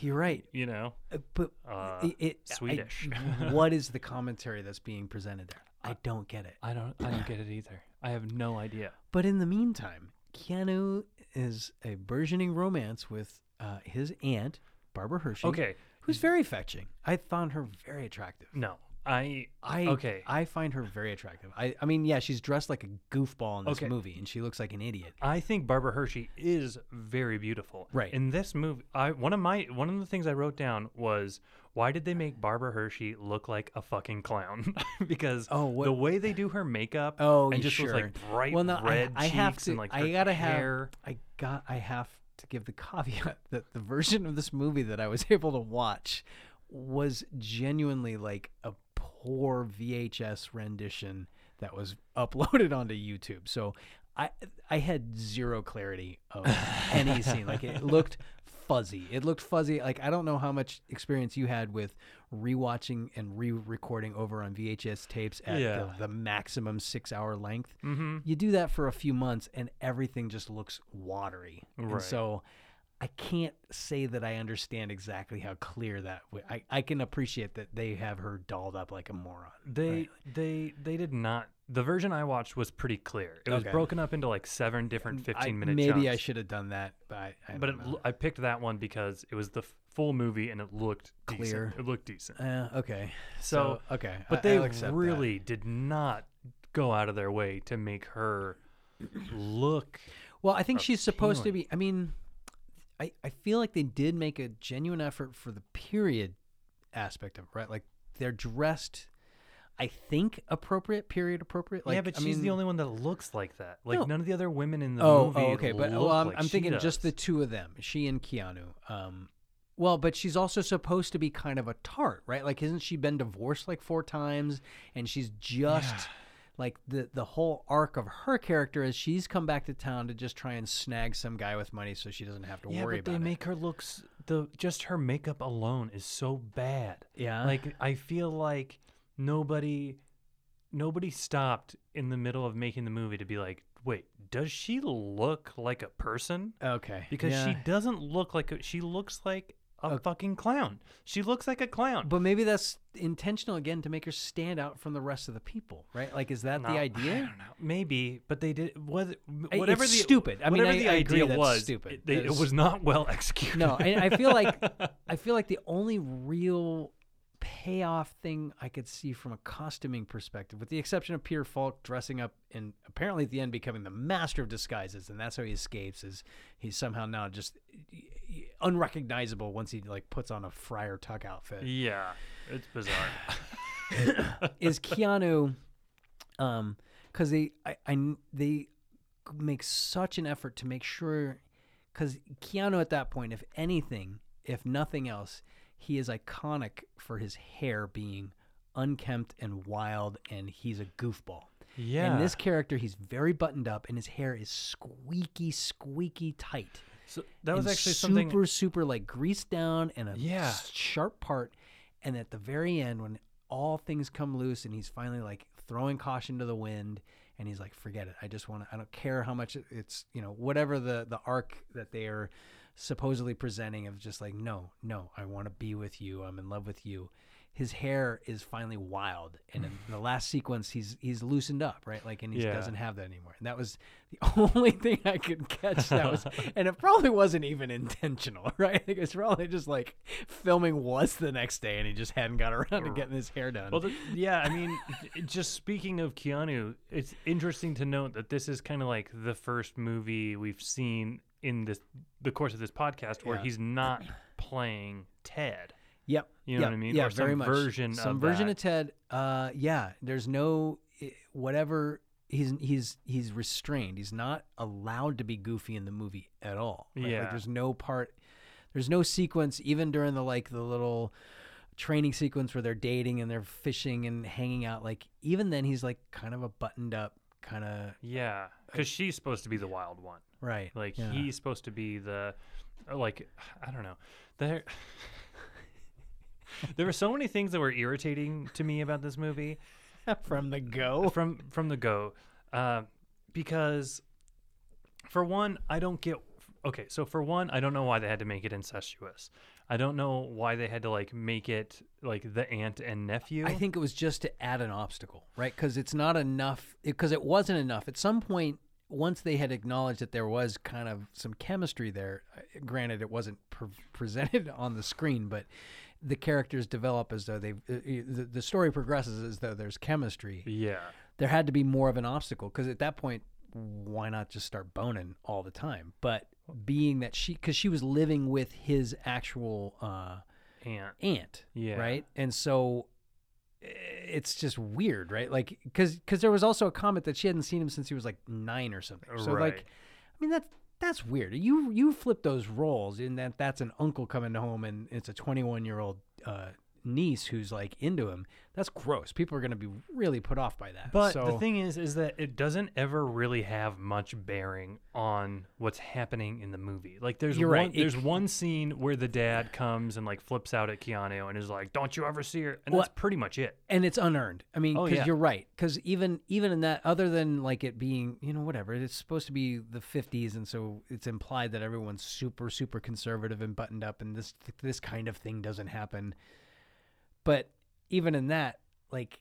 [SPEAKER 1] You're right.
[SPEAKER 2] you know.
[SPEAKER 1] Uh, But
[SPEAKER 2] Uh,
[SPEAKER 1] it, it, I-
[SPEAKER 2] Swedish. Uh,
[SPEAKER 1] what is the commentary that's being presented there? I don't get it.
[SPEAKER 2] I don't I don't get it either. I have no idea.
[SPEAKER 1] But in the meantime, Keanu is a burgeoning romance with uh, his aunt, Barbara Hershey.
[SPEAKER 2] Okay.
[SPEAKER 1] Who's very fetching. I found her very attractive.
[SPEAKER 2] No. I
[SPEAKER 1] I
[SPEAKER 2] Okay.
[SPEAKER 1] I find her very attractive. I, I mean, yeah, she's dressed like a goofball in this
[SPEAKER 2] Okay.
[SPEAKER 1] movie, and she looks like an idiot.
[SPEAKER 2] I think Barbara Hershey is very beautiful.
[SPEAKER 1] Right.
[SPEAKER 2] In this movie, I one of my one of the things I wrote down was why did they make Barbara Hershey look like a fucking clown? because
[SPEAKER 1] Oh, what-
[SPEAKER 2] the way they do her makeup
[SPEAKER 1] Oh,
[SPEAKER 2] and
[SPEAKER 1] you
[SPEAKER 2] just
[SPEAKER 1] sure.
[SPEAKER 2] those like bright
[SPEAKER 1] well, no,
[SPEAKER 2] red
[SPEAKER 1] I, I
[SPEAKER 2] cheeks
[SPEAKER 1] have to,
[SPEAKER 2] and like
[SPEAKER 1] I
[SPEAKER 2] her
[SPEAKER 1] gotta
[SPEAKER 2] hair.
[SPEAKER 1] have. I got. I have to give the caveat that the version of this movie that I was able to watch was genuinely like a poor VHS rendition that was uploaded onto YouTube. So I I had zero clarity of any scene. Like it looked fuzzy. It looked fuzzy. Like I don't know how much experience you had with rewatching and re-recording over on VHS tapes at
[SPEAKER 2] Yeah.
[SPEAKER 1] the, the maximum six-hour length.
[SPEAKER 2] Mm-hmm.
[SPEAKER 1] You do that for a few months, and everything just looks watery. And
[SPEAKER 2] Right.
[SPEAKER 1] so. I can't say that I understand exactly how clear that. W- I I can appreciate that they have her dolled up like a moron.
[SPEAKER 2] They
[SPEAKER 1] right?
[SPEAKER 2] they they did not. The version I watched was pretty clear. It was
[SPEAKER 1] Okay. Mm,
[SPEAKER 2] broken up into like seven different
[SPEAKER 1] I-
[SPEAKER 2] fifteen minute.
[SPEAKER 1] Maybe I
[SPEAKER 2] chunks.
[SPEAKER 1] should have done that, but I, I
[SPEAKER 2] But it,
[SPEAKER 1] don't
[SPEAKER 2] l-
[SPEAKER 1] know.
[SPEAKER 2] I picked that one because it was the f- full movie and it looked decent.
[SPEAKER 1] Clear.
[SPEAKER 2] It looked decent.
[SPEAKER 1] Uh, okay.
[SPEAKER 2] So,
[SPEAKER 1] So, okay, I-
[SPEAKER 2] but they
[SPEAKER 1] I'll accept that.
[SPEAKER 2] really did not go out of their way to make her look.
[SPEAKER 1] Well, I think she's supposed to be. I mean, I I feel like they did make a genuine effort for the period aspect of it, right. Like they're dressed, I think appropriate period appropriate. Like,
[SPEAKER 2] yeah, but
[SPEAKER 1] I
[SPEAKER 2] she's the
[SPEAKER 1] mean-
[SPEAKER 2] only one that looks like that. Like
[SPEAKER 1] No.
[SPEAKER 2] none of the other women in the
[SPEAKER 1] Oh,
[SPEAKER 2] movie.
[SPEAKER 1] oh, okay. But well,
[SPEAKER 2] look
[SPEAKER 1] I'm,
[SPEAKER 2] like
[SPEAKER 1] I'm
[SPEAKER 2] she
[SPEAKER 1] thinking just the
[SPEAKER 2] does.
[SPEAKER 1] two of them, she and Keanu. Um, well, but she's also supposed to be kind of a tart, right? Like, hasn't she been divorced like four times? And she's just like the the whole arc of her character is she's come back to town to just try and snag some guy with money so she doesn't have to
[SPEAKER 2] Yeah,
[SPEAKER 1] worry
[SPEAKER 2] but they
[SPEAKER 1] about it.
[SPEAKER 2] make her look s- the just her makeup alone is so bad.
[SPEAKER 1] Yeah.
[SPEAKER 2] Like I feel like nobody nobody stopped in the middle of making the movie to be like, "Wait, does she look like a person?"
[SPEAKER 1] Okay,
[SPEAKER 2] Because she
[SPEAKER 1] yeah.
[SPEAKER 2] doesn't look like a, she looks like a fucking clown. She looks like a clown.
[SPEAKER 1] But maybe that's intentional again to make her stand out from the rest of the people, right? Like, is that
[SPEAKER 2] No,
[SPEAKER 1] the
[SPEAKER 2] I
[SPEAKER 1] idea?
[SPEAKER 2] don't know. Maybe, but they did whether
[SPEAKER 1] I-
[SPEAKER 2] whatever
[SPEAKER 1] it's
[SPEAKER 2] the
[SPEAKER 1] stupid. I mean,
[SPEAKER 2] whatever
[SPEAKER 1] I-
[SPEAKER 2] the
[SPEAKER 1] I agree
[SPEAKER 2] idea
[SPEAKER 1] that's
[SPEAKER 2] was,
[SPEAKER 1] stupid.
[SPEAKER 2] It, they- it
[SPEAKER 1] That's-
[SPEAKER 2] was not well executed.
[SPEAKER 1] No, and I feel like I feel like the only real payoff thing I could see from a costuming perspective, with the exception of Peter Falk dressing up and apparently at the end becoming the master of disguises, and that's how he escapes, is he's somehow now just unrecognizable once he like puts on a friar tuck outfit
[SPEAKER 2] yeah, it's bizarre.
[SPEAKER 1] is Keanu, um, because they I, I kn- they make such an effort to make sure, because Keanu at that point, if anything, if nothing else, he is iconic for his hair being unkempt and wild, and he's a goofball.
[SPEAKER 2] Yeah.
[SPEAKER 1] In this character, he's very buttoned up, and his hair is squeaky, squeaky tight.
[SPEAKER 2] So that was
[SPEAKER 1] and
[SPEAKER 2] actually something.
[SPEAKER 1] super, super like greased down and a
[SPEAKER 2] Yeah.
[SPEAKER 1] s- sharp part. And at the very end, when all things come loose and he's finally like throwing caution to the wind and he's like, forget it. I just want to, I don't care how much it- it's, you know, whatever the, the arc that they are supposedly presenting of just like, no, no, I want to be with you. I'm in love with you. His hair is finally wild, and in the last sequence, he's he's loosened up, right? Like, and he
[SPEAKER 2] Yeah.
[SPEAKER 1] doesn't have that anymore. And that was the only thing I could catch. That was, and it probably wasn't even intentional, right? Like, it's probably just like filming was the next day, and he just hadn't got around to getting his hair done.
[SPEAKER 2] Well, the, yeah, I mean, j- just speaking of Keanu, it's interesting to note that this is kind of like the first movie we've seen in this the course of this podcast where
[SPEAKER 1] Yeah.
[SPEAKER 2] he's not playing Ted.
[SPEAKER 1] Yep.
[SPEAKER 2] You know what
[SPEAKER 1] yep,
[SPEAKER 2] I mean?
[SPEAKER 1] Yeah,
[SPEAKER 2] Or some
[SPEAKER 1] very much.
[SPEAKER 2] version
[SPEAKER 1] some
[SPEAKER 2] of
[SPEAKER 1] version
[SPEAKER 2] that.
[SPEAKER 1] of Ted. Uh, yeah. There's no i- whatever. He's he's he's restrained. He's not allowed to be goofy in the movie at all. right?
[SPEAKER 2] Yeah.
[SPEAKER 1] Like there's no part. There's no sequence even during the like the little training sequence where they're dating and they're fishing and hanging out. Like even then he's like kind of a buttoned up kind of
[SPEAKER 2] Yeah, because she's supposed to be the wild one.
[SPEAKER 1] right.
[SPEAKER 2] Like
[SPEAKER 1] yeah.
[SPEAKER 2] he's supposed to be the, like I don't know. There, there were so many things that were irritating to me about this movie
[SPEAKER 1] from the go.
[SPEAKER 2] from from the go, uh, because for one, I don't get. okay, so for one, I don't know why they had to make it incestuous. I don't know why they had to like make it like the aunt and nephew.
[SPEAKER 1] I think it was just to add an obstacle, right? Because it's not enough. Because it wasn't enough. At some point, once they had acknowledged that there was kind of some chemistry there, uh, granted it wasn't pre- presented on the screen, but the characters develop as though they uh, uh, the, the story progresses as though there's chemistry.
[SPEAKER 2] yeah.
[SPEAKER 1] There had to be more of an obstacle because at that point, why not just start boning all the time? But being that she, because she was living with his actual. Uh,
[SPEAKER 2] Aunt.
[SPEAKER 1] aunt
[SPEAKER 2] Yeah.
[SPEAKER 1] right and so eh, it's just weird right like because because there was also a comment that she hadn't seen him since he was like nine or something so like
[SPEAKER 2] Right.
[SPEAKER 1] i mean that's that's weird you you flip those roles in that that's an uncle coming home and it's a 21 year old uh niece who's like into him that's gross people are going to be really put off by that
[SPEAKER 2] But
[SPEAKER 1] so
[SPEAKER 2] the thing is, is that it doesn't ever really have much bearing on what's happening in the movie. Like there's
[SPEAKER 1] You're
[SPEAKER 2] one,
[SPEAKER 1] right, it-
[SPEAKER 2] there's one scene where the dad comes and like flips out at Keanu and is like, "Don't you ever see her?" And that's
[SPEAKER 1] Well-
[SPEAKER 2] pretty much it.
[SPEAKER 1] and it's unearned. I mean,
[SPEAKER 2] Oh,
[SPEAKER 1] because
[SPEAKER 2] yeah.
[SPEAKER 1] you're right. Because even even in that, other than like it being, you know, whatever, it's supposed to be the '50s, and so it's implied that everyone's super super conservative and buttoned up, and this this kind of thing doesn't happen. But even in that, like,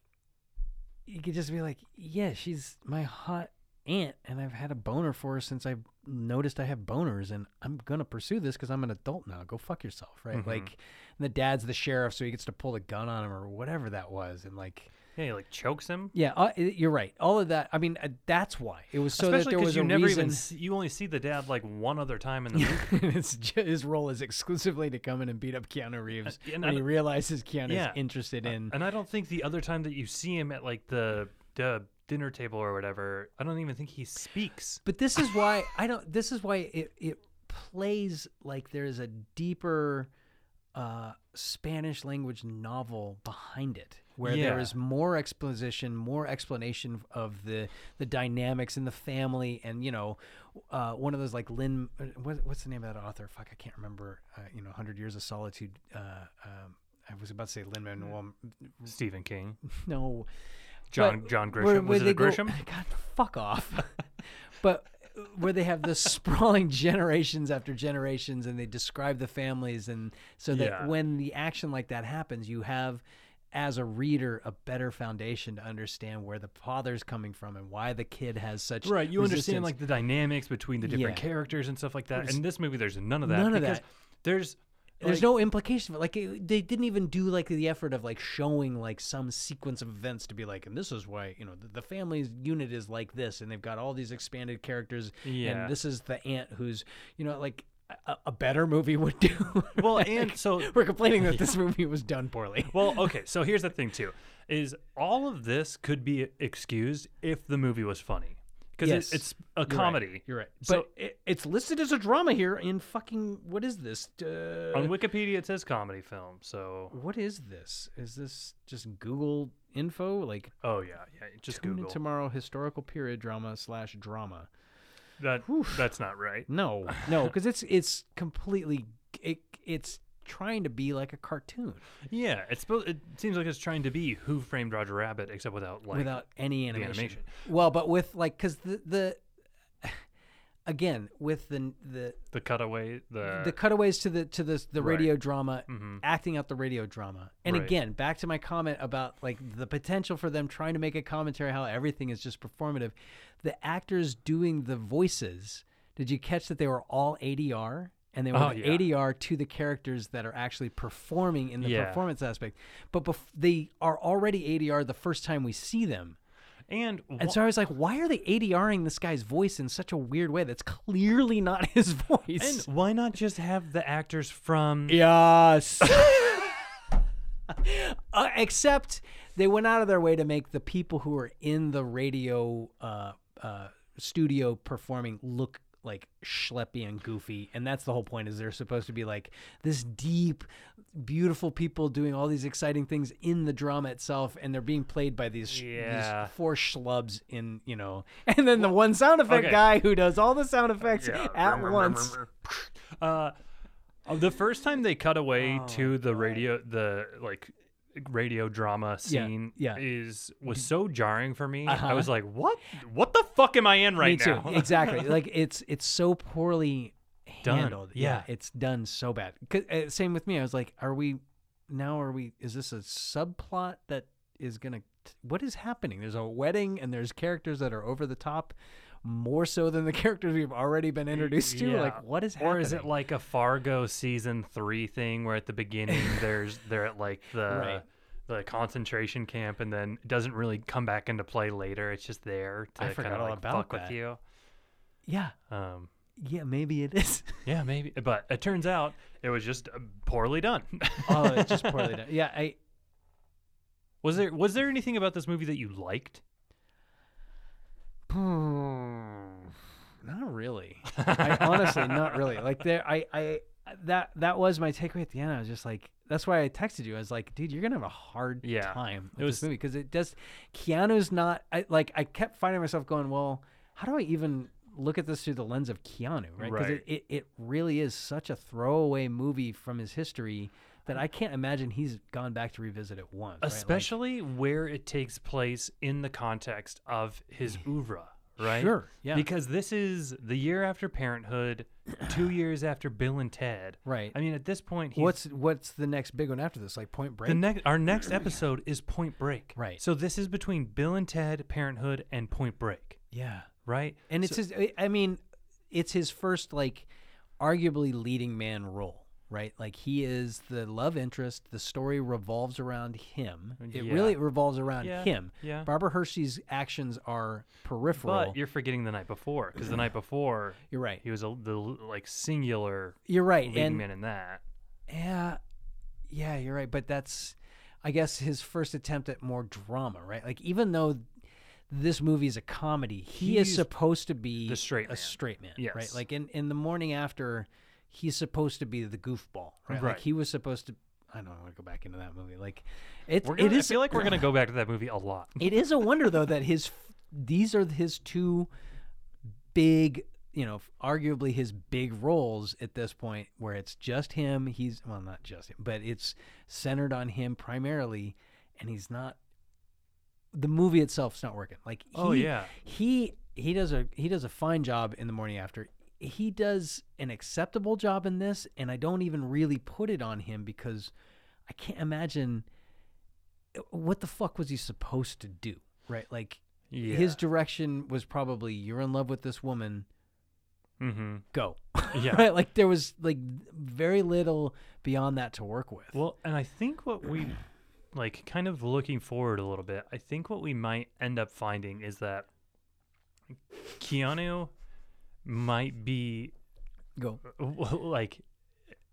[SPEAKER 1] you could just be like, yeah, she's my hot aunt, and I've had a boner for her since I noticed I have boners, and I'm gonna pursue this because I'm an adult now. Go fuck yourself, right?
[SPEAKER 2] Mhm.
[SPEAKER 1] Like, and the dad's the sheriff, so he gets to pull a gun on him or whatever that was, and like,
[SPEAKER 2] Yeah, he like chokes him.
[SPEAKER 1] yeah, uh, i- you're right. All of that. I mean, uh, that's why it was so
[SPEAKER 2] Especially
[SPEAKER 1] that there was
[SPEAKER 2] you
[SPEAKER 1] a
[SPEAKER 2] never
[SPEAKER 1] reason.
[SPEAKER 2] even see, you only see the dad like one other time in the movie.
[SPEAKER 1] his, his role is exclusively to come in and beat up Keanu Reeves
[SPEAKER 2] and
[SPEAKER 1] when
[SPEAKER 2] I
[SPEAKER 1] he
[SPEAKER 2] don't-
[SPEAKER 1] realizes Keanu's
[SPEAKER 2] Yeah. Uh,
[SPEAKER 1] interested in.
[SPEAKER 2] And I don't think the other time that you see him at like the the dinner table or whatever, I don't even think he speaks.
[SPEAKER 1] But this is why I don't. This is why it it plays like there is a deeper uh, Spanish language novel behind it, where there
[SPEAKER 2] Yeah.
[SPEAKER 1] is more exposition, more explanation of the the dynamics in the family, and you know, uh, one of those like Lynn. uh, What, what's the name of that author? Fuck, I can't remember. Uh, you know, Hundred Years of Solitude. Uh, um, I was about to say Lin Manuel.
[SPEAKER 2] Stephen King,
[SPEAKER 1] No,
[SPEAKER 2] John
[SPEAKER 1] but
[SPEAKER 2] John Grisham,
[SPEAKER 1] where- where
[SPEAKER 2] was it
[SPEAKER 1] they
[SPEAKER 2] a
[SPEAKER 1] go-
[SPEAKER 2] Grisham?
[SPEAKER 1] God, fuck off. but uh, where they have the sprawling generations after generations, and they describe the families, and so that
[SPEAKER 2] Yeah.
[SPEAKER 1] when the action like that happens, you have. As a reader, a better foundation to understand where the father's coming from and why the kid has such
[SPEAKER 2] Right, you
[SPEAKER 1] resistance.
[SPEAKER 2] understand like the dynamics between the different
[SPEAKER 1] Yeah.
[SPEAKER 2] characters and stuff like that. In this movie, there's none of that.
[SPEAKER 1] none of
[SPEAKER 2] because
[SPEAKER 1] that.
[SPEAKER 2] There's
[SPEAKER 1] There's
[SPEAKER 2] like-
[SPEAKER 1] no implication of it. Like it, they didn't even do like the effort of like showing like some sequence of events to be like, and this is why you know the, the family's unit is like this, and they've got all these expanded characters,
[SPEAKER 2] Yeah.
[SPEAKER 1] and this is the aunt who's you know like a, a better movie would do.
[SPEAKER 2] well, and so
[SPEAKER 1] we're complaining that this movie was done poorly.
[SPEAKER 2] well, okay. So here's the thing too: is all of this could be excused if the movie was funny because
[SPEAKER 1] Yes.
[SPEAKER 2] it's a
[SPEAKER 1] You're right.
[SPEAKER 2] comedy.
[SPEAKER 1] You're right, but
[SPEAKER 2] So-
[SPEAKER 1] it, it's listed as a drama here in fucking what is this? Uh,
[SPEAKER 2] On Wikipedia, it says comedy film. So
[SPEAKER 1] what is this? Is this just Google info? Like
[SPEAKER 2] oh yeah, yeah. Just
[SPEAKER 1] Tune in
[SPEAKER 2] Google.
[SPEAKER 1] tomorrow historical period drama slash drama.
[SPEAKER 2] That that's not right.
[SPEAKER 1] No, no, because it's it's completely it, it's trying to be like a cartoon
[SPEAKER 2] Yeah, it's supposed. It seems like it's trying to be Who Framed Roger Rabbit, except without like
[SPEAKER 1] without any animation.
[SPEAKER 2] animation.
[SPEAKER 1] Well, but with like because the the again with the the
[SPEAKER 2] the cutaway. The,
[SPEAKER 1] the cutaways to the to the the
[SPEAKER 2] Right. Mm-hmm.
[SPEAKER 1] radio drama acting out the radio drama and
[SPEAKER 2] Right.
[SPEAKER 1] again back to my comment about like the potential for them trying to make a commentary how everything is just performative the actors doing the voices did you catch that they were all adr and they were
[SPEAKER 2] Oh,
[SPEAKER 1] the
[SPEAKER 2] yeah.
[SPEAKER 1] adr to the characters that are actually performing in the
[SPEAKER 2] Yeah.
[SPEAKER 1] performance aspect but bef- they are already adr the first time we see them
[SPEAKER 2] and
[SPEAKER 1] and so I was like, why are they ADRing this guy's voice in such a weird way that's clearly not his
[SPEAKER 2] And
[SPEAKER 1] voice?
[SPEAKER 2] why not just have the actors from?
[SPEAKER 1] yes. uh, except they went out of their way to make the people who are in the radio uh, uh, studio performing look like schleppy and goofy and that's the whole point is they're supposed to be like this deep beautiful people doing all these exciting things in the drama itself and they're being played by these, sh-
[SPEAKER 2] Yeah.
[SPEAKER 1] these four schlubs in you know and then the one sound effect
[SPEAKER 2] okay.
[SPEAKER 1] guy who does all the sound effects at once
[SPEAKER 2] Uh, the first time they cut away
[SPEAKER 1] Oh
[SPEAKER 2] to the radio, the like radio drama
[SPEAKER 1] Yeah,
[SPEAKER 2] scene
[SPEAKER 1] yeah.
[SPEAKER 2] is was so jarring for me. I
[SPEAKER 1] Uh-huh.
[SPEAKER 2] was like, what? What the fuck am I in right
[SPEAKER 1] Me too.
[SPEAKER 2] now?
[SPEAKER 1] exactly. Like it's it's so poorly
[SPEAKER 2] done.
[SPEAKER 1] handled. Yeah.
[SPEAKER 2] Yeah.
[SPEAKER 1] it's done so bad. 'Cause, uh, same with me. I was like, are we now? Are we? Is this a subplot that is gonna? T- what is happening? There's a wedding, and there's characters that are over the top, more so than the characters we've already been introduced to.
[SPEAKER 2] Yeah.
[SPEAKER 1] Like, what is happening?
[SPEAKER 2] Or is it like a Fargo season three thing where at the beginning there's they're at like the
[SPEAKER 1] Right.
[SPEAKER 2] the concentration camp and then it doesn't really come back into play later. It's just there to
[SPEAKER 1] I
[SPEAKER 2] kind
[SPEAKER 1] forgot
[SPEAKER 2] of
[SPEAKER 1] all
[SPEAKER 2] like
[SPEAKER 1] about
[SPEAKER 2] fuck
[SPEAKER 1] that.
[SPEAKER 2] with you.
[SPEAKER 1] Yeah,
[SPEAKER 2] Um,
[SPEAKER 1] yeah, maybe it is.
[SPEAKER 2] yeah, maybe. But it turns out it was just uh, poorly done.
[SPEAKER 1] oh, it's just poorly done. Yeah, I.
[SPEAKER 2] was there was there anything about this movie that you liked?
[SPEAKER 1] Not really. I honestly not really. Like there I I that that was my takeaway at the end. I was just like that's why I texted you. I was like, dude, you're going to have a hard
[SPEAKER 2] Yeah.
[SPEAKER 1] time
[SPEAKER 2] It
[SPEAKER 1] with this
[SPEAKER 2] was-
[SPEAKER 1] movie because it does Keanu's not I like I kept finding myself going, well, how do I even look at this through the lens of Keanu, right? Because
[SPEAKER 2] Right.
[SPEAKER 1] it, it, it really is such a throwaway movie from his history that I can't imagine he's gone back to revisit it once. right? Like,
[SPEAKER 2] especially where it takes place in the context of his oeuvre, right?
[SPEAKER 1] Sure, yeah.
[SPEAKER 2] Because this is the year after Parenthood, two years after Bill and Ted.
[SPEAKER 1] Right.
[SPEAKER 2] I mean, at this point, he's,
[SPEAKER 1] what's what's the next big one after this? Like Point Break?
[SPEAKER 2] the next? Our next episode is Point Break.
[SPEAKER 1] Right.
[SPEAKER 2] So this is between Bill and Ted, Parenthood, and Point Break,
[SPEAKER 1] yeah.
[SPEAKER 2] right?
[SPEAKER 1] And it's his, I- I mean, it's his first, like, arguably leading man role, right? Like, he is the love interest. The story revolves around him. It
[SPEAKER 2] Yeah.
[SPEAKER 1] really revolves around
[SPEAKER 2] Yeah,
[SPEAKER 1] him.
[SPEAKER 2] yeah.
[SPEAKER 1] Barbara Hershey's actions are peripheral.
[SPEAKER 2] But you're forgetting the night before, because the night before
[SPEAKER 1] You're right.
[SPEAKER 2] he was a the like singular
[SPEAKER 1] You're right.
[SPEAKER 2] leading
[SPEAKER 1] And,
[SPEAKER 2] man in that.
[SPEAKER 1] yeah, yeah, you're right. But that's, I guess, his first attempt at more drama, right? Like, even though this movie is a comedy, he is
[SPEAKER 2] He's
[SPEAKER 1] supposed to be
[SPEAKER 2] the straight
[SPEAKER 1] a
[SPEAKER 2] man.
[SPEAKER 1] straight man, right?
[SPEAKER 2] Yes.
[SPEAKER 1] Like in in the morning after, he's supposed to be the goofball, right? Like
[SPEAKER 2] Right.
[SPEAKER 1] he was supposed to. I don't want to go back into that movie. Like, it's
[SPEAKER 2] We're
[SPEAKER 1] it
[SPEAKER 2] gonna,
[SPEAKER 1] is
[SPEAKER 2] I feel like we're gonna go back to that movie a lot.
[SPEAKER 1] it is a wonder though that his these are his two big you know arguably his big roles at this point where it's just him he's well not just him but it's centered on him primarily and he's not the movie itself's not working like he,
[SPEAKER 2] Oh, yeah.
[SPEAKER 1] he he does a he does a fine job in the morning after he does an acceptable job in this and i don't even really put it on him because i can't imagine what the fuck was he supposed to do? Right? Like
[SPEAKER 2] Yeah.
[SPEAKER 1] his direction was probably you're in love with this woman,
[SPEAKER 2] mm-hmm.
[SPEAKER 1] go.
[SPEAKER 2] Yeah.
[SPEAKER 1] right? Like there was like very little beyond that to work with.
[SPEAKER 2] Well, and I think what we like kind of looking forward a little bit, I think what we might end up finding is that Keanu might be
[SPEAKER 1] go.
[SPEAKER 2] well, like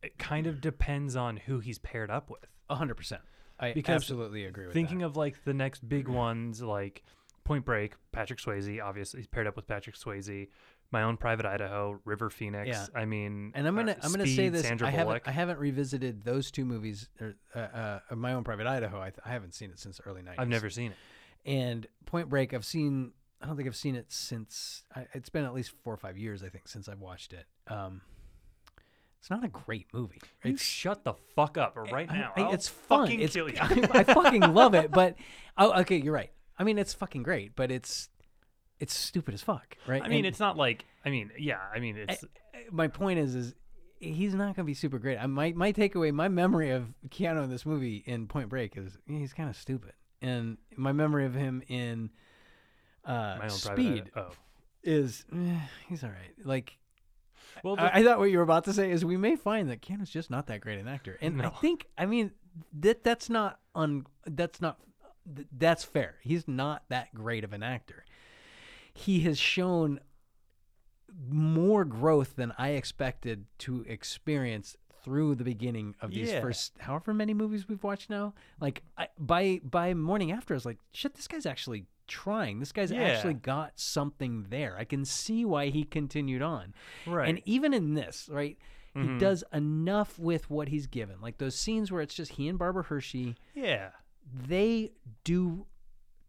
[SPEAKER 2] it kind of depends on who he's paired up with.
[SPEAKER 1] 100%. I
[SPEAKER 2] Because
[SPEAKER 1] absolutely agree with
[SPEAKER 2] Thinking of like the next big ones like Point Break, Patrick Swayze, obviously he's paired up with Patrick Swayze. My own Private Idaho, River Phoenix.
[SPEAKER 1] Yeah.
[SPEAKER 2] I mean,
[SPEAKER 1] and I'm
[SPEAKER 2] uh,
[SPEAKER 1] gonna I'm gonna say
[SPEAKER 2] Speed,
[SPEAKER 1] this.
[SPEAKER 2] Sandra
[SPEAKER 1] I haven't
[SPEAKER 2] Bullock.
[SPEAKER 1] I haven't revisited those two movies, or, uh, uh, of my own private Idaho. I, th- I haven't seen it since the early 90s.
[SPEAKER 2] I've never seen it.
[SPEAKER 1] and Point Break. I've seen. I don't think I've seen it since. I, it's been at least four or five years, I think, since I've watched it. Um, it's not a great movie.
[SPEAKER 2] You
[SPEAKER 1] It's-
[SPEAKER 2] shut the fuck up right
[SPEAKER 1] I-
[SPEAKER 2] now.
[SPEAKER 1] I-
[SPEAKER 2] I'll
[SPEAKER 1] it's fun.
[SPEAKER 2] Fucking
[SPEAKER 1] it's,
[SPEAKER 2] kill you.
[SPEAKER 1] I, I fucking love it, but oh, okay, you're right. I mean, it's fucking great, but it's it's stupid as fuck, right?
[SPEAKER 2] I mean,
[SPEAKER 1] And
[SPEAKER 2] it's not like I mean, yeah, I mean, it's
[SPEAKER 1] my point is, is he's not going to be super great. I, my my takeaway, my memory of Keanu in this movie in Point Break is he's kind of stupid, and my memory of him in uh,
[SPEAKER 2] my own
[SPEAKER 1] Speed
[SPEAKER 2] private. Oh,
[SPEAKER 1] is eh, he's all right. Like
[SPEAKER 2] well,
[SPEAKER 1] I, I thought what you were about to say is we may find that Keanu's just not that great an actor, and I
[SPEAKER 2] No.
[SPEAKER 1] think I mean that that's not un that's not th- that's fair. He's not that great of an actor. He has shown more growth than I expected to experience through the beginning of these
[SPEAKER 2] Yeah.
[SPEAKER 1] first however many movies we've watched now. Like I, by by morning after, I was like, shit, this guy's actually trying. This guy's
[SPEAKER 2] Yeah.
[SPEAKER 1] actually got something there. I can see why he continued on.
[SPEAKER 2] Right. Mm-hmm.
[SPEAKER 1] And even in this, right, he does enough with what he's given. Like those scenes where it's just he and Barbara Hershey,
[SPEAKER 2] yeah,
[SPEAKER 1] they do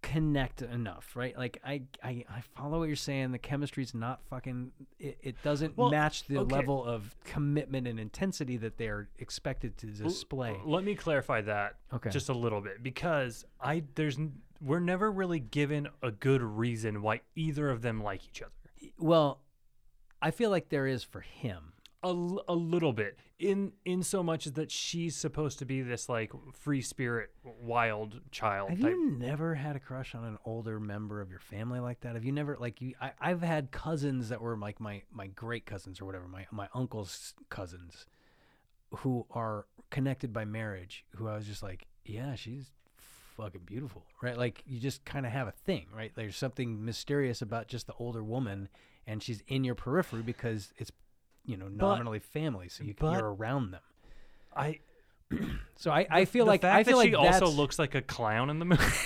[SPEAKER 1] connect enough, right? Like I I, I follow what you're saying. The chemistry's not fucking it, it doesn't
[SPEAKER 2] Well,
[SPEAKER 1] match the
[SPEAKER 2] okay.
[SPEAKER 1] level of commitment and intensity that they're expected to display.
[SPEAKER 2] Let me clarify that
[SPEAKER 1] Okay.
[SPEAKER 2] just a little bit because I there's n- we're never really given a good reason why either of them like each other.
[SPEAKER 1] Well, I feel like there is for him.
[SPEAKER 2] a, l- a little bit in in so much as that she's supposed to be this like free spirit wild child
[SPEAKER 1] Have
[SPEAKER 2] type.
[SPEAKER 1] you never had a crush on an older member of your family like that? Have you never like you? I, I've had cousins that were like my my great cousins or whatever, my my uncle's cousins, who are connected by marriage. Who I was just like, yeah, she's fucking beautiful, right? Like you just kind of have a thing, right? There's something mysterious about just the older woman, and she's in your periphery because it's you know nominally family, so you,
[SPEAKER 2] but-
[SPEAKER 1] you're around them.
[SPEAKER 2] I
[SPEAKER 1] So I, I feel
[SPEAKER 2] the
[SPEAKER 1] like
[SPEAKER 2] fact
[SPEAKER 1] I feel
[SPEAKER 2] that
[SPEAKER 1] like
[SPEAKER 2] she also
[SPEAKER 1] that's-
[SPEAKER 2] looks like a clown in the movie.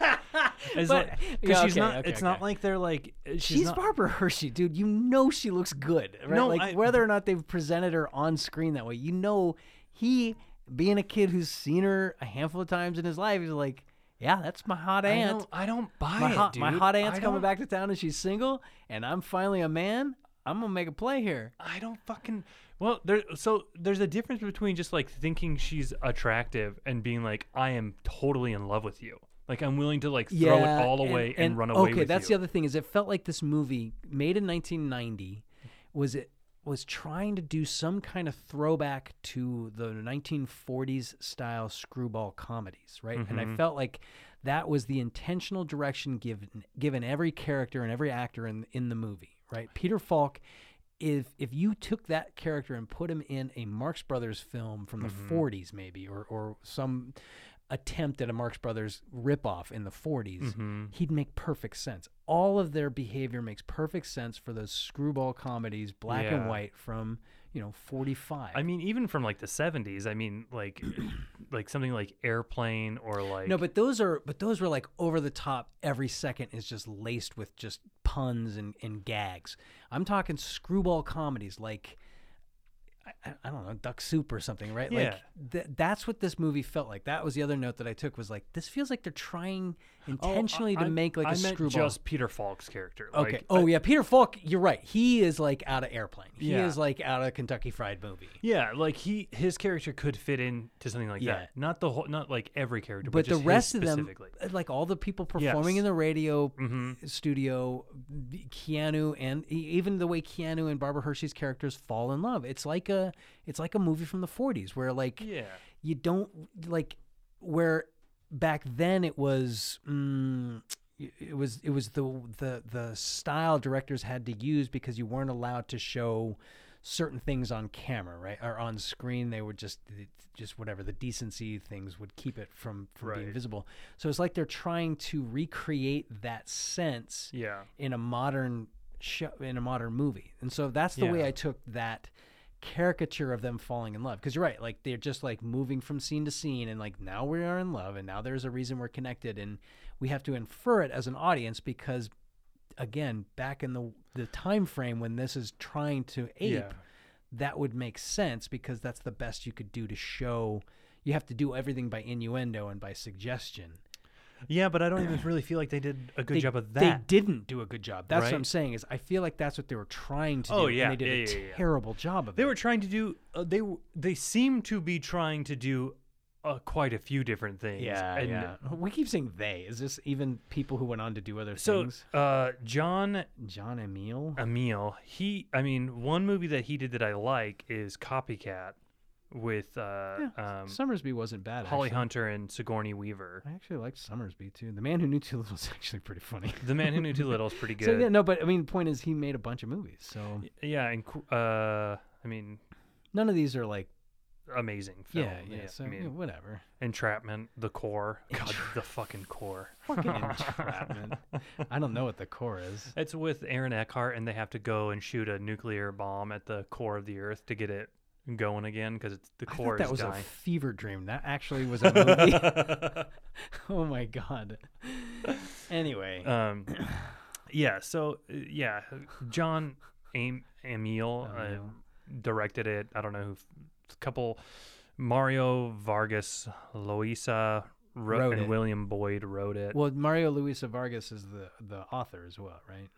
[SPEAKER 2] It's
[SPEAKER 1] But-
[SPEAKER 2] like- 'cause
[SPEAKER 1] yeah,
[SPEAKER 2] she's
[SPEAKER 1] okay,
[SPEAKER 2] not.
[SPEAKER 1] okay,
[SPEAKER 2] it's not
[SPEAKER 1] okay.
[SPEAKER 2] like they're like uh, she's,
[SPEAKER 1] She's,
[SPEAKER 2] not,
[SPEAKER 1] Barbara Hershey, dude. You know she looks good, right?
[SPEAKER 2] No,
[SPEAKER 1] like
[SPEAKER 2] I-
[SPEAKER 1] whether or not they've presented her on screen that way, you know he, being a kid who's seen her a handful of times in his life, he's like, yeah, that's my hot
[SPEAKER 2] I
[SPEAKER 1] aunt.
[SPEAKER 2] don't, I don't buy
[SPEAKER 1] My
[SPEAKER 2] it,
[SPEAKER 1] hot,
[SPEAKER 2] dude.
[SPEAKER 1] my hot
[SPEAKER 2] I
[SPEAKER 1] aunt's coming
[SPEAKER 2] don't-
[SPEAKER 1] back to town and she's single, and I'm finally a man. I'm gonna make a play here.
[SPEAKER 2] I don't fucking. Well, there. So there's a difference between just like thinking she's attractive and being like, I am totally in love with you. Like I'm willing to like throw it all away and, run away.
[SPEAKER 1] Okay,
[SPEAKER 2] with
[SPEAKER 1] that's
[SPEAKER 2] you.
[SPEAKER 1] the other thing is it felt like this movie made in 1990 was it was trying to do some kind of throwback to the 1940s style screwball comedies, right?
[SPEAKER 2] Mm-hmm.
[SPEAKER 1] And I felt like that was the intentional direction given given every character and every actor in in the movie, right? Peter Falk if if you took that character and put him in a Marx Brothers film from the
[SPEAKER 2] Mm-hmm.
[SPEAKER 1] 40s maybe or or some attempt at a Marx Brothers ripoff in the 40s,
[SPEAKER 2] Mm-hmm.
[SPEAKER 1] he'd make perfect sense. All of their behavior makes perfect sense for those screwball comedies, black
[SPEAKER 2] Yeah.
[SPEAKER 1] and white from, you know, 45.
[SPEAKER 2] I mean, even from like the '70s. I mean, like, like something like Airplane or like.
[SPEAKER 1] no, but those are but those were like over the top. Every second is just laced with just puns and, and gags. I'm talking screwball comedies like I, I- I don't know, Duck Soup or something, right?
[SPEAKER 2] Yeah.
[SPEAKER 1] Like th- that's what this movie felt like. That was the other note that I took was like this feels like they're trying
[SPEAKER 2] Oh, I-
[SPEAKER 1] intentionally
[SPEAKER 2] I-
[SPEAKER 1] to make like a
[SPEAKER 2] I meant
[SPEAKER 1] screwball.
[SPEAKER 2] Just Peter Falk's character.
[SPEAKER 1] Okay.
[SPEAKER 2] Like,
[SPEAKER 1] oh yeah, Peter Falk. You're right. He is like out of airplane. He
[SPEAKER 2] Yeah.
[SPEAKER 1] is like out of Kentucky Fried Movie.
[SPEAKER 2] Yeah, like he his character could fit in to something like
[SPEAKER 1] Yeah.
[SPEAKER 2] that. Not the whole, not like every character,
[SPEAKER 1] But
[SPEAKER 2] but,
[SPEAKER 1] the
[SPEAKER 2] just his
[SPEAKER 1] rest of them, uh,
[SPEAKER 2] specifically.
[SPEAKER 1] like all the people performing
[SPEAKER 2] Yes. Mm-hmm.
[SPEAKER 1] in the radio studio, Keanu and e- even the way Keanu and Barbara Hershey's characters fall in love. It's like a it's like a movie from the 40s where like
[SPEAKER 2] Yeah,
[SPEAKER 1] you don't like where back then it was mm, it was it was the the the style directors had to use because you weren't allowed to show certain things on camera right or on screen they would just just whatever the decency things would keep it from from being
[SPEAKER 2] Right.
[SPEAKER 1] visible so it's like they're trying to recreate that sense
[SPEAKER 2] yeah.
[SPEAKER 1] in a modern show in a modern movie and so that's the way
[SPEAKER 2] Yeah.
[SPEAKER 1] i took that caricature of them falling in love because you're right like they're just like moving from scene to scene and like now we are in love and now there's a reason we're connected and we have to infer it as an audience because again back in the the time frame when this is trying to ape
[SPEAKER 2] Yeah.
[SPEAKER 1] that would make sense because that's the best you could do to show you have to do everything by innuendo and by suggestion
[SPEAKER 2] Yeah, but I don't even really feel like they did a good
[SPEAKER 1] they-
[SPEAKER 2] job of
[SPEAKER 1] they
[SPEAKER 2] that.
[SPEAKER 1] didn't do a good job. That's what I'm
[SPEAKER 2] Right?
[SPEAKER 1] saying is I feel like that's what they were trying to
[SPEAKER 2] Oh,
[SPEAKER 1] do.
[SPEAKER 2] yeah,
[SPEAKER 1] and they did
[SPEAKER 2] yeah,
[SPEAKER 1] a
[SPEAKER 2] yeah, yeah.
[SPEAKER 1] terrible job of
[SPEAKER 2] They
[SPEAKER 1] it.
[SPEAKER 2] were trying to do. Uh, they w- they seem to be trying to do uh, quite a few different things.
[SPEAKER 1] yeah,
[SPEAKER 2] and
[SPEAKER 1] yeah. We keep saying they. Is this even people who went on to do other
[SPEAKER 2] So
[SPEAKER 1] things?
[SPEAKER 2] uh, John
[SPEAKER 1] John Emile.
[SPEAKER 2] Emile, he. I mean, one movie that he did that I like is Copycat with uh, um,
[SPEAKER 1] Summersby wasn't bad.
[SPEAKER 2] Holly
[SPEAKER 1] actually.
[SPEAKER 2] Hunter and Sigourney Weaver.
[SPEAKER 1] I actually liked Summersby too. The Man Who Knew Too Little was actually pretty funny.
[SPEAKER 2] The Man Who Knew Too Little is pretty good.
[SPEAKER 1] so yeah, no, but I mean, point is he made a bunch of movies. So
[SPEAKER 2] Yeah, and qu- uh, I mean,
[SPEAKER 1] none of these are like
[SPEAKER 2] amazing film.
[SPEAKER 1] yeah, yeah. So
[SPEAKER 2] I
[SPEAKER 1] yeah,
[SPEAKER 2] mean,
[SPEAKER 1] whatever.
[SPEAKER 2] Entrapment, the core, God, the fucking core.
[SPEAKER 1] Fucking entrapment. I don't know what the core is.
[SPEAKER 2] It's with Aaron Eckhart, and they have to go and shoot a nuclear bomb at the core of the Earth to get it going again because it's the
[SPEAKER 1] I thought
[SPEAKER 2] core
[SPEAKER 1] that
[SPEAKER 2] is
[SPEAKER 1] was a
[SPEAKER 2] dying.
[SPEAKER 1] fever dream. That actually was a movie. oh my god. Anyway,
[SPEAKER 2] um, yeah. So uh, yeah, John Am- Emile uh, directed it. I don't know who. A couple Mario Vargas, Loisa, Ro-
[SPEAKER 1] Wrote
[SPEAKER 2] and
[SPEAKER 1] it.
[SPEAKER 2] William Boyd wrote it.
[SPEAKER 1] well, Mario Luisa Vargas is the the author as well, right?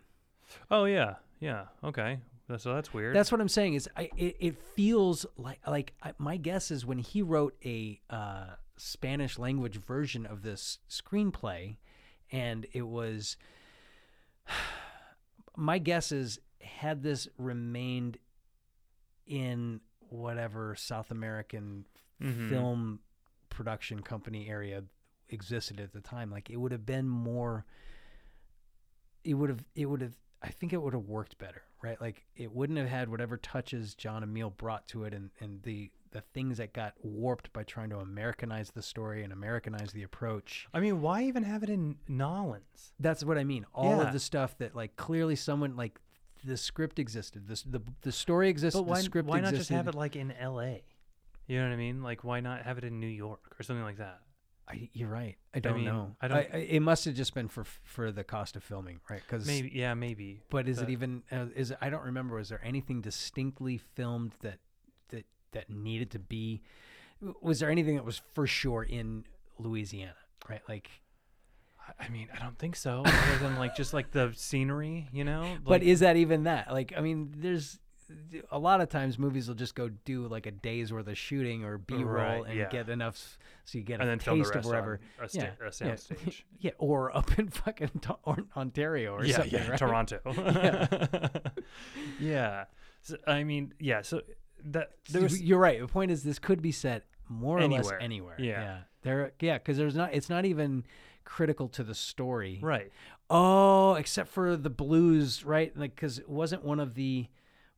[SPEAKER 2] Oh yeah, yeah. Okay, Th- so that's weird.
[SPEAKER 1] That's what I'm saying is I, it, it feels like like I, my guess is when he wrote a uh, Spanish language version of this screenplay, and it was my guess is had this remained in whatever South American film production company area existed at the time. Like it would have been more it would have it would have I think it would have worked better, right? Like it wouldn't have had whatever touches John Emile brought to it and, and the the things that got warped by trying to Americanize the story and Americanize the approach.
[SPEAKER 2] I mean, why even have it in Nolans?
[SPEAKER 1] That's what I mean. All
[SPEAKER 2] Yeah.
[SPEAKER 1] of the stuff that like clearly someone like the script existed. This the the story existed.
[SPEAKER 2] But why,
[SPEAKER 1] the script
[SPEAKER 2] why not
[SPEAKER 1] existed.
[SPEAKER 2] just have it like in L.A.? You know what I mean? Like, why not have it in New York or something like that?
[SPEAKER 1] I, you're right. I don't
[SPEAKER 2] mean,
[SPEAKER 1] know.
[SPEAKER 2] I don't-
[SPEAKER 1] it must have just been for for the cost of filming, right? Because
[SPEAKER 2] Maybe, yeah, maybe.
[SPEAKER 1] But is
[SPEAKER 2] But-
[SPEAKER 1] it even? Uh, is I don't remember. Was there anything distinctly filmed that that that needed to be? w- Was there anything that was for sure in Louisiana? Right, like,
[SPEAKER 2] I- I mean, I don't think so. Other than like just like the scenery, you know.
[SPEAKER 1] but
[SPEAKER 2] Like,
[SPEAKER 1] is that even that? Like, I mean, there's a lot of times movies will just go do like a day's worth of shooting or B-roll
[SPEAKER 2] Right,
[SPEAKER 1] and
[SPEAKER 2] yeah.
[SPEAKER 1] get enough, s- so you get
[SPEAKER 2] and
[SPEAKER 1] a
[SPEAKER 2] then film the
[SPEAKER 1] taste
[SPEAKER 2] rest
[SPEAKER 1] of wherever.
[SPEAKER 2] on a, sta- a soundstage.
[SPEAKER 1] yeah, or up in fucking Ta- or- Ontario or
[SPEAKER 2] yeah,
[SPEAKER 1] something.
[SPEAKER 2] yeah,
[SPEAKER 1] right?
[SPEAKER 2] Toronto. yeah. So, I mean, yeah. So that there was
[SPEAKER 1] you're right. The point is, this could be set more or
[SPEAKER 2] Anywhere.
[SPEAKER 1] less anywhere.
[SPEAKER 2] Yeah.
[SPEAKER 1] There. Yeah, because there's not. It's not even critical to the story.
[SPEAKER 2] right.
[SPEAKER 1] Oh, except for the blues, right? Like, because it wasn't one of the,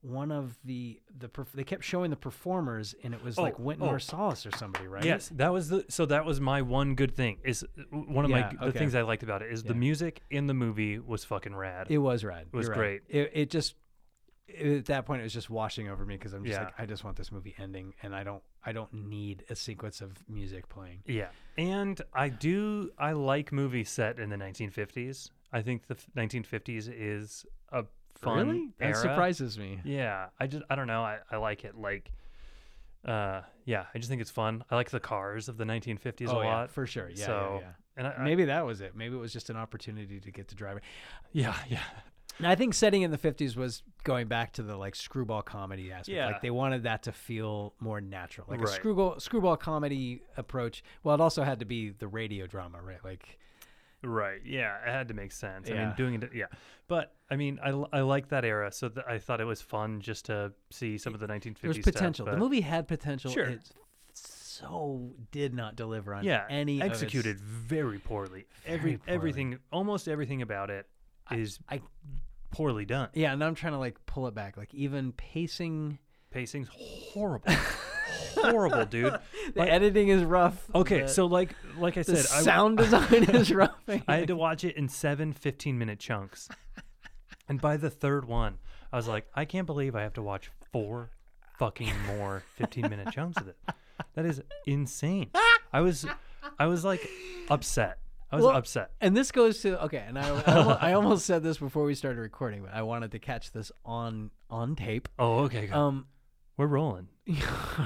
[SPEAKER 1] one of the the perf- they kept showing the performers, and it was like
[SPEAKER 2] Oh,
[SPEAKER 1] Wynton
[SPEAKER 2] oh.
[SPEAKER 1] Marsalis or somebody, right?
[SPEAKER 2] Yes, that was the so that was my one good thing. Is uh, one of my
[SPEAKER 1] Yeah,
[SPEAKER 2] g- the
[SPEAKER 1] okay.
[SPEAKER 2] things I liked about it is the music in the movie was fucking rad.
[SPEAKER 1] It was rad.
[SPEAKER 2] was
[SPEAKER 1] You're right.
[SPEAKER 2] great.
[SPEAKER 1] It, it just it- at that point it was just washing over me because I'm just
[SPEAKER 2] Yeah.
[SPEAKER 1] like I just want this movie ending, and I don't I don't need a sequence of music playing.
[SPEAKER 2] yeah, and I do I like movies set in the 1950s. I think the f- 1950s is a fun
[SPEAKER 1] really?
[SPEAKER 2] era.
[SPEAKER 1] That surprises me.
[SPEAKER 2] Yeah, I just I don't know. I, I like it like uh yeah, I just think it's fun. I like the cars of the 1950s
[SPEAKER 1] Oh,
[SPEAKER 2] a
[SPEAKER 1] yeah,
[SPEAKER 2] lot.
[SPEAKER 1] for sure. Yeah, yeah,
[SPEAKER 2] so,
[SPEAKER 1] yeah.
[SPEAKER 2] And I, I-
[SPEAKER 1] Maybe that was it. Maybe it was just an opportunity to get to drive it.
[SPEAKER 2] yeah, yeah.
[SPEAKER 1] And I think setting in the 50s was going back to the like screwball comedy aspect.
[SPEAKER 2] Yeah.
[SPEAKER 1] Like they wanted that to feel more natural. Like a
[SPEAKER 2] Right.
[SPEAKER 1] screwball screwball comedy approach. Well, it also had to be the radio drama, right? Like
[SPEAKER 2] Right. Yeah, it had to make sense. I mean,
[SPEAKER 1] Yeah.
[SPEAKER 2] doing it yeah. But I mean, I, l- I like that era, so th- I thought it was fun just to see some of the 1950s
[SPEAKER 1] there was
[SPEAKER 2] stuff,
[SPEAKER 1] potential.
[SPEAKER 2] but-
[SPEAKER 1] the movie had potential.
[SPEAKER 2] Sure.
[SPEAKER 1] It so did not deliver on
[SPEAKER 2] yeah,
[SPEAKER 1] any of its-
[SPEAKER 2] executed very poorly. Every
[SPEAKER 1] Very poorly.
[SPEAKER 2] everything almost everything about it is
[SPEAKER 1] I
[SPEAKER 2] poorly done.
[SPEAKER 1] yeah, and I'm trying to like pull it back. Like even pacing
[SPEAKER 2] Pacing's horrible. horrible, dude.
[SPEAKER 1] the editing is rough.
[SPEAKER 2] Okay,
[SPEAKER 1] The-
[SPEAKER 2] so like like I
[SPEAKER 1] the
[SPEAKER 2] said, Oh, I, w-
[SPEAKER 1] sound design is rough.
[SPEAKER 2] I had to watch it in seven 15 minute chunks. and by the third one, I was like, I can't believe I have to watch four fucking more 15 minute chunks of it. That is insane. I was I was like upset. I was
[SPEAKER 1] Well,
[SPEAKER 2] upset.
[SPEAKER 1] And this goes to okay, and I, I, almost, I almost said this before we started recording, but I wanted to catch this on on tape.
[SPEAKER 2] Oh, okay. good.
[SPEAKER 1] Um,
[SPEAKER 2] We're rolling.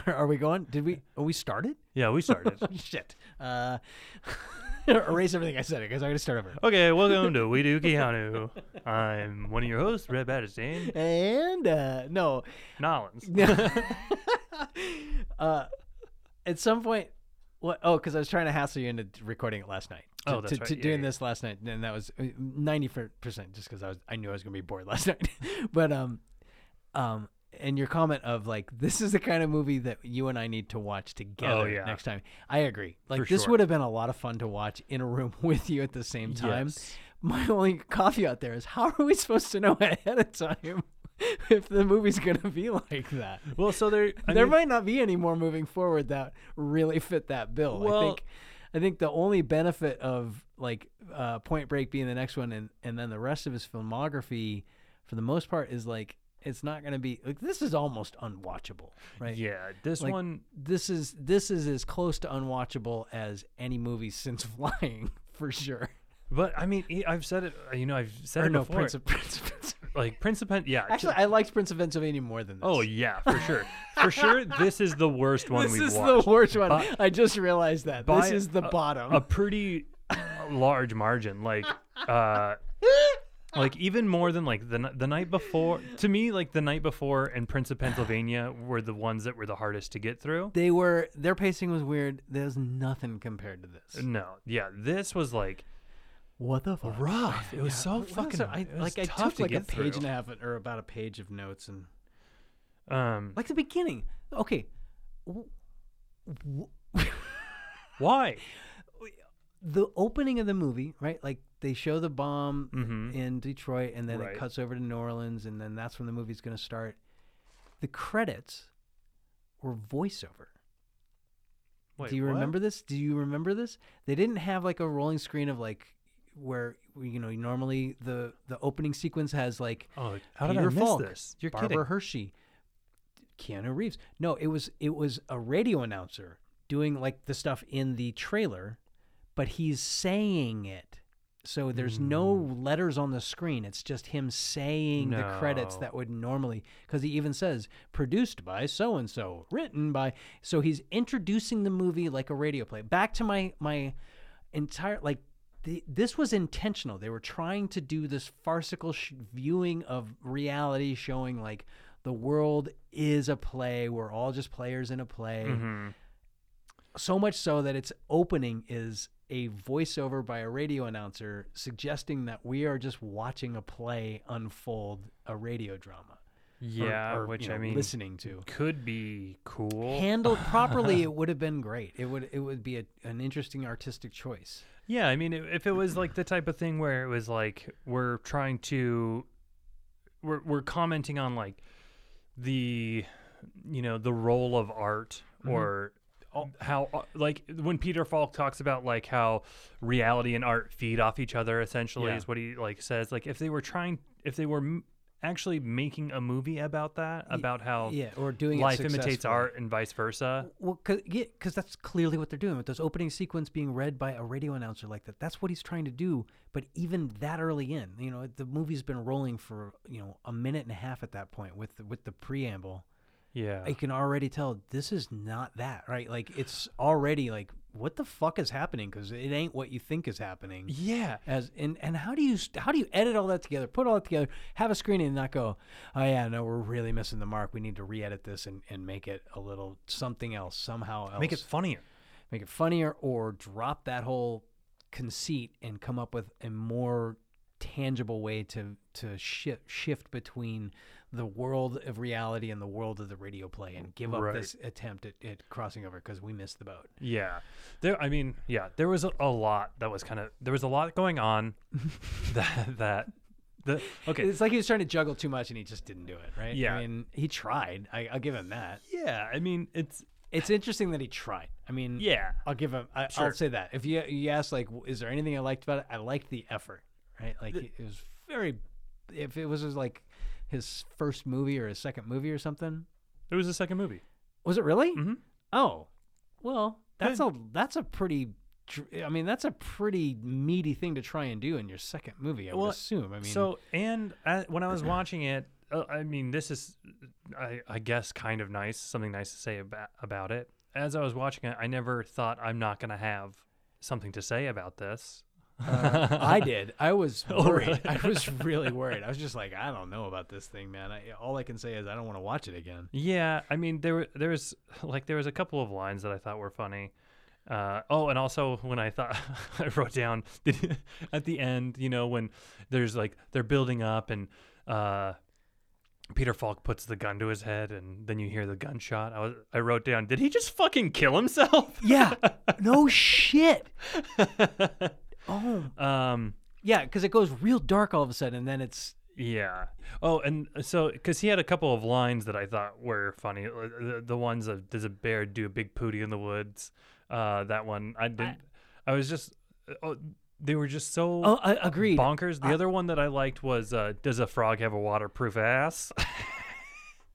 [SPEAKER 1] are we going? Did we? Are we started?
[SPEAKER 2] Yeah, we started.
[SPEAKER 1] Shit. Uh, erase everything I said because I'm gonna start over.
[SPEAKER 2] okay, welcome to We Do Keanu. I'm one of your hosts, Red Battistine,
[SPEAKER 1] And uh, no,
[SPEAKER 2] Nollins.
[SPEAKER 1] uh, at some point, what? Oh, because I was trying to hassle you into d- recording it last night. To,
[SPEAKER 2] Oh, that's
[SPEAKER 1] to,
[SPEAKER 2] right.
[SPEAKER 1] to
[SPEAKER 2] Yeah,
[SPEAKER 1] doing
[SPEAKER 2] yeah,
[SPEAKER 1] this last night, and that was uh, ninety percent just because I was I knew I was gonna be bored last night. but um, um, and your comment of like this is the kind of movie that you and I need to watch together
[SPEAKER 2] Oh, yeah.
[SPEAKER 1] next time. I agree. Like
[SPEAKER 2] For
[SPEAKER 1] this
[SPEAKER 2] sure.
[SPEAKER 1] would have been a lot of fun to watch in a room with you at the same time.
[SPEAKER 2] Yes.
[SPEAKER 1] My only coffee out there is how are we supposed to know ahead of time if the movie's gonna be like that?
[SPEAKER 2] Well, so there I
[SPEAKER 1] there
[SPEAKER 2] mean-
[SPEAKER 1] might not be any more moving forward that really fit that bill. I
[SPEAKER 2] Well-
[SPEAKER 1] think I think the only benefit of like uh, Point Break being the next one, and and then the rest of his filmography, for the most part, is like it's not going to be like this is almost unwatchable, right?
[SPEAKER 2] Yeah, this
[SPEAKER 1] Like,
[SPEAKER 2] one
[SPEAKER 1] This is this is as close to unwatchable as any movie since Flying for sure.
[SPEAKER 2] But I mean, e- I've said it. You know, I've said
[SPEAKER 1] Or
[SPEAKER 2] it
[SPEAKER 1] no,
[SPEAKER 2] before.
[SPEAKER 1] Prince of Prince of Pennsylvania.
[SPEAKER 2] like Prince of Pen- Yeah. t-
[SPEAKER 1] Actually, I liked Prince of Pennsylvania more than this.
[SPEAKER 2] oh yeah, for sure, for sure. This is the worst one
[SPEAKER 1] this
[SPEAKER 2] we've
[SPEAKER 1] is
[SPEAKER 2] watched.
[SPEAKER 1] the worst one.
[SPEAKER 2] By-
[SPEAKER 1] I just realized that
[SPEAKER 2] by
[SPEAKER 1] this is the
[SPEAKER 2] a-
[SPEAKER 1] bottom.
[SPEAKER 2] A pretty large margin. Like, uh, like even more than like the ni- the night before. To me, like the night before and Prince of Pennsylvania were the ones that were the hardest to get through.
[SPEAKER 1] they were their pacing was weird. There's nothing compared to this.
[SPEAKER 2] No, yeah, this was like
[SPEAKER 1] What the fuck?
[SPEAKER 2] rough. It was so
[SPEAKER 1] What
[SPEAKER 2] fucking
[SPEAKER 1] else? I,
[SPEAKER 2] it was
[SPEAKER 1] like I
[SPEAKER 2] tough
[SPEAKER 1] took
[SPEAKER 2] to
[SPEAKER 1] like a
[SPEAKER 2] get
[SPEAKER 1] page
[SPEAKER 2] through.
[SPEAKER 1] and a half or about a page of notes and
[SPEAKER 2] Um,
[SPEAKER 1] Like the beginning. Okay. W- w-
[SPEAKER 2] why?
[SPEAKER 1] the opening of the movie, right? Like they show the bomb in Detroit and then
[SPEAKER 2] Mm-hmm. Right.
[SPEAKER 1] it cuts over to New Orleans and then that's when the movie's going to start. The credits were voiceover.
[SPEAKER 2] Wait,
[SPEAKER 1] Do you
[SPEAKER 2] what?
[SPEAKER 1] remember this? Do you remember this? They didn't have like a rolling screen of like where you know normally the the opening sequence has like
[SPEAKER 2] Oh, how did I
[SPEAKER 1] Peter
[SPEAKER 2] miss
[SPEAKER 1] Falk,
[SPEAKER 2] this? You're
[SPEAKER 1] Barbara
[SPEAKER 2] kidding.
[SPEAKER 1] Hershey, Keanu Reeves. No, it was it was a radio announcer doing like the stuff in the trailer, but he's saying it. So there's no letters on the screen. It's just him saying the credits
[SPEAKER 2] No.
[SPEAKER 1] that would normally cuz he even says produced by so and so, written by so he's introducing the movie like a radio play. Back to my my entire like the, this was intentional. They were trying to do this farcical sh- viewing of reality, showing like the world is a play. We're all just players in a play. So much so that its opening is a voiceover by a radio announcer suggesting that we are just watching a play unfold, a radio drama. or-
[SPEAKER 2] Yeah,
[SPEAKER 1] or, you
[SPEAKER 2] which I
[SPEAKER 1] know,
[SPEAKER 2] mean,
[SPEAKER 1] listening to.
[SPEAKER 2] could be cool.
[SPEAKER 1] Handled properly, it would have been great. It would it would be a, an interesting artistic choice.
[SPEAKER 2] Yeah, I mean, i- if it was like the type of thing where it was like we're trying to, we're we're commenting on like the, you know, the role of art
[SPEAKER 1] Mm-hmm.
[SPEAKER 2] or o- how uh, like when Peter Falk talks about like how reality and art feed off each other essentially
[SPEAKER 1] Yeah.
[SPEAKER 2] is what he like says like if they were trying if they were m- actually making a movie about that about how
[SPEAKER 1] yeah, or doing it
[SPEAKER 2] life imitates
[SPEAKER 1] successfully.
[SPEAKER 2] art and vice versa
[SPEAKER 1] Well, because that's clearly what they're doing with those opening sequence being read by a radio announcer like that. That's what he's trying to do. But even that early in, you know, the movie's been rolling for you know a minute and a half at that point with the, with the preamble.
[SPEAKER 2] yeah
[SPEAKER 1] I can already tell this is not that right. Like it's already like what the fuck is happening because it ain't what you think is happening.
[SPEAKER 2] yeah
[SPEAKER 1] As and and how do you how do you edit all that together? Put all that together, have a screening, and not go, oh yeah, no, we're really missing the mark. We need to re-edit this and, and make it a little something else, somehow else.
[SPEAKER 2] make it funnier
[SPEAKER 1] make it funnier, or drop that whole conceit and come up with a more tangible way to to shift shift between the world of reality and the world of the radio play and give up
[SPEAKER 2] Right.
[SPEAKER 1] this attempt at, at crossing over because we missed the boat.
[SPEAKER 2] Yeah. There I mean, yeah, there was a, a lot that was kind of there was a lot going on that that the okay.
[SPEAKER 1] It's like he was trying to juggle too much and he just didn't do it, right?
[SPEAKER 2] Yeah.
[SPEAKER 1] I mean, he tried. I, I'll give him that.
[SPEAKER 2] yeah, I mean, it's
[SPEAKER 1] It's interesting that he tried. I mean,
[SPEAKER 2] yeah.
[SPEAKER 1] I'll give him. I,
[SPEAKER 2] Sure.
[SPEAKER 1] I'll say that. If you you ask like, w- is there anything I liked about it? I liked the effort, right? Like it it was very. If it was his, like his first movie or his second movie or something,
[SPEAKER 2] It was the second movie.
[SPEAKER 1] was it really?
[SPEAKER 2] Mhm.
[SPEAKER 1] Oh, well, that's a that's a pretty. dr- I mean, that's a pretty meaty thing to try and do in your second movie. I
[SPEAKER 2] Well,
[SPEAKER 1] would assume. I mean,
[SPEAKER 2] so and uh, when I was watching it, uh, I mean, this is I I guess kind of nice, something nice to say about about it. As I was watching it, I never thought I'm not going to have something to say about this.
[SPEAKER 1] I did. I was worried.
[SPEAKER 2] really?
[SPEAKER 1] I was really worried. I was just like, I don't know about this thing, man. I, all I can say is I don't want to watch it again.
[SPEAKER 2] Yeah, I mean there were there was like there was a couple of lines that I thought were funny. Uh, oh, and also when I thought I wrote down the, at the end, you know, when there's like they're building up and uh, Peter Falk puts the gun to his head, and then you hear the gunshot. I was I wrote down, did he just fucking kill himself?
[SPEAKER 1] Yeah. No shit. Oh.
[SPEAKER 2] um,
[SPEAKER 1] Yeah, because it goes real dark all of a sudden, and then it's
[SPEAKER 2] Yeah. Oh, and so because he had a couple of lines that I thought were funny, Uh, the, the ones of "Does a bear do a big pooty in the woods?" Uh, that one I didn't. I, was just. Oh, they were just so
[SPEAKER 1] oh, I, agreed.
[SPEAKER 2] bonkers. The other one that I liked was uh, "Does a frog have a waterproof ass?"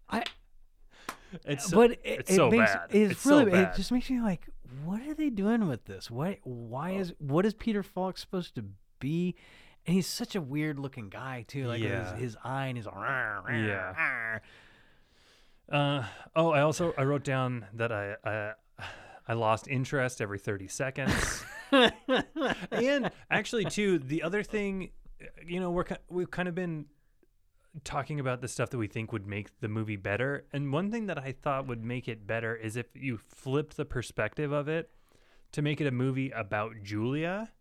[SPEAKER 1] I,
[SPEAKER 2] it's so,
[SPEAKER 1] but it,
[SPEAKER 2] it's
[SPEAKER 1] it
[SPEAKER 2] so
[SPEAKER 1] makes
[SPEAKER 2] bad.
[SPEAKER 1] It's,
[SPEAKER 2] It's
[SPEAKER 1] really
[SPEAKER 2] so
[SPEAKER 1] it
[SPEAKER 2] bad.
[SPEAKER 1] just makes me like, what are they doing with this? Why? Why
[SPEAKER 2] Oh.
[SPEAKER 1] is what is Peter Falk supposed to be? And he's such a weird looking guy too. Like with
[SPEAKER 2] Yeah.
[SPEAKER 1] his, his eye and his
[SPEAKER 2] Yeah. Uh, oh, I also I wrote down that I I, I lost interest every thirty seconds. and actually, too, the other thing, you know, we're ki- we've kind of been talking about the stuff that we think would make the movie better, and one thing that I thought would make it better is if you flipped the perspective of it to make it a movie about Julia.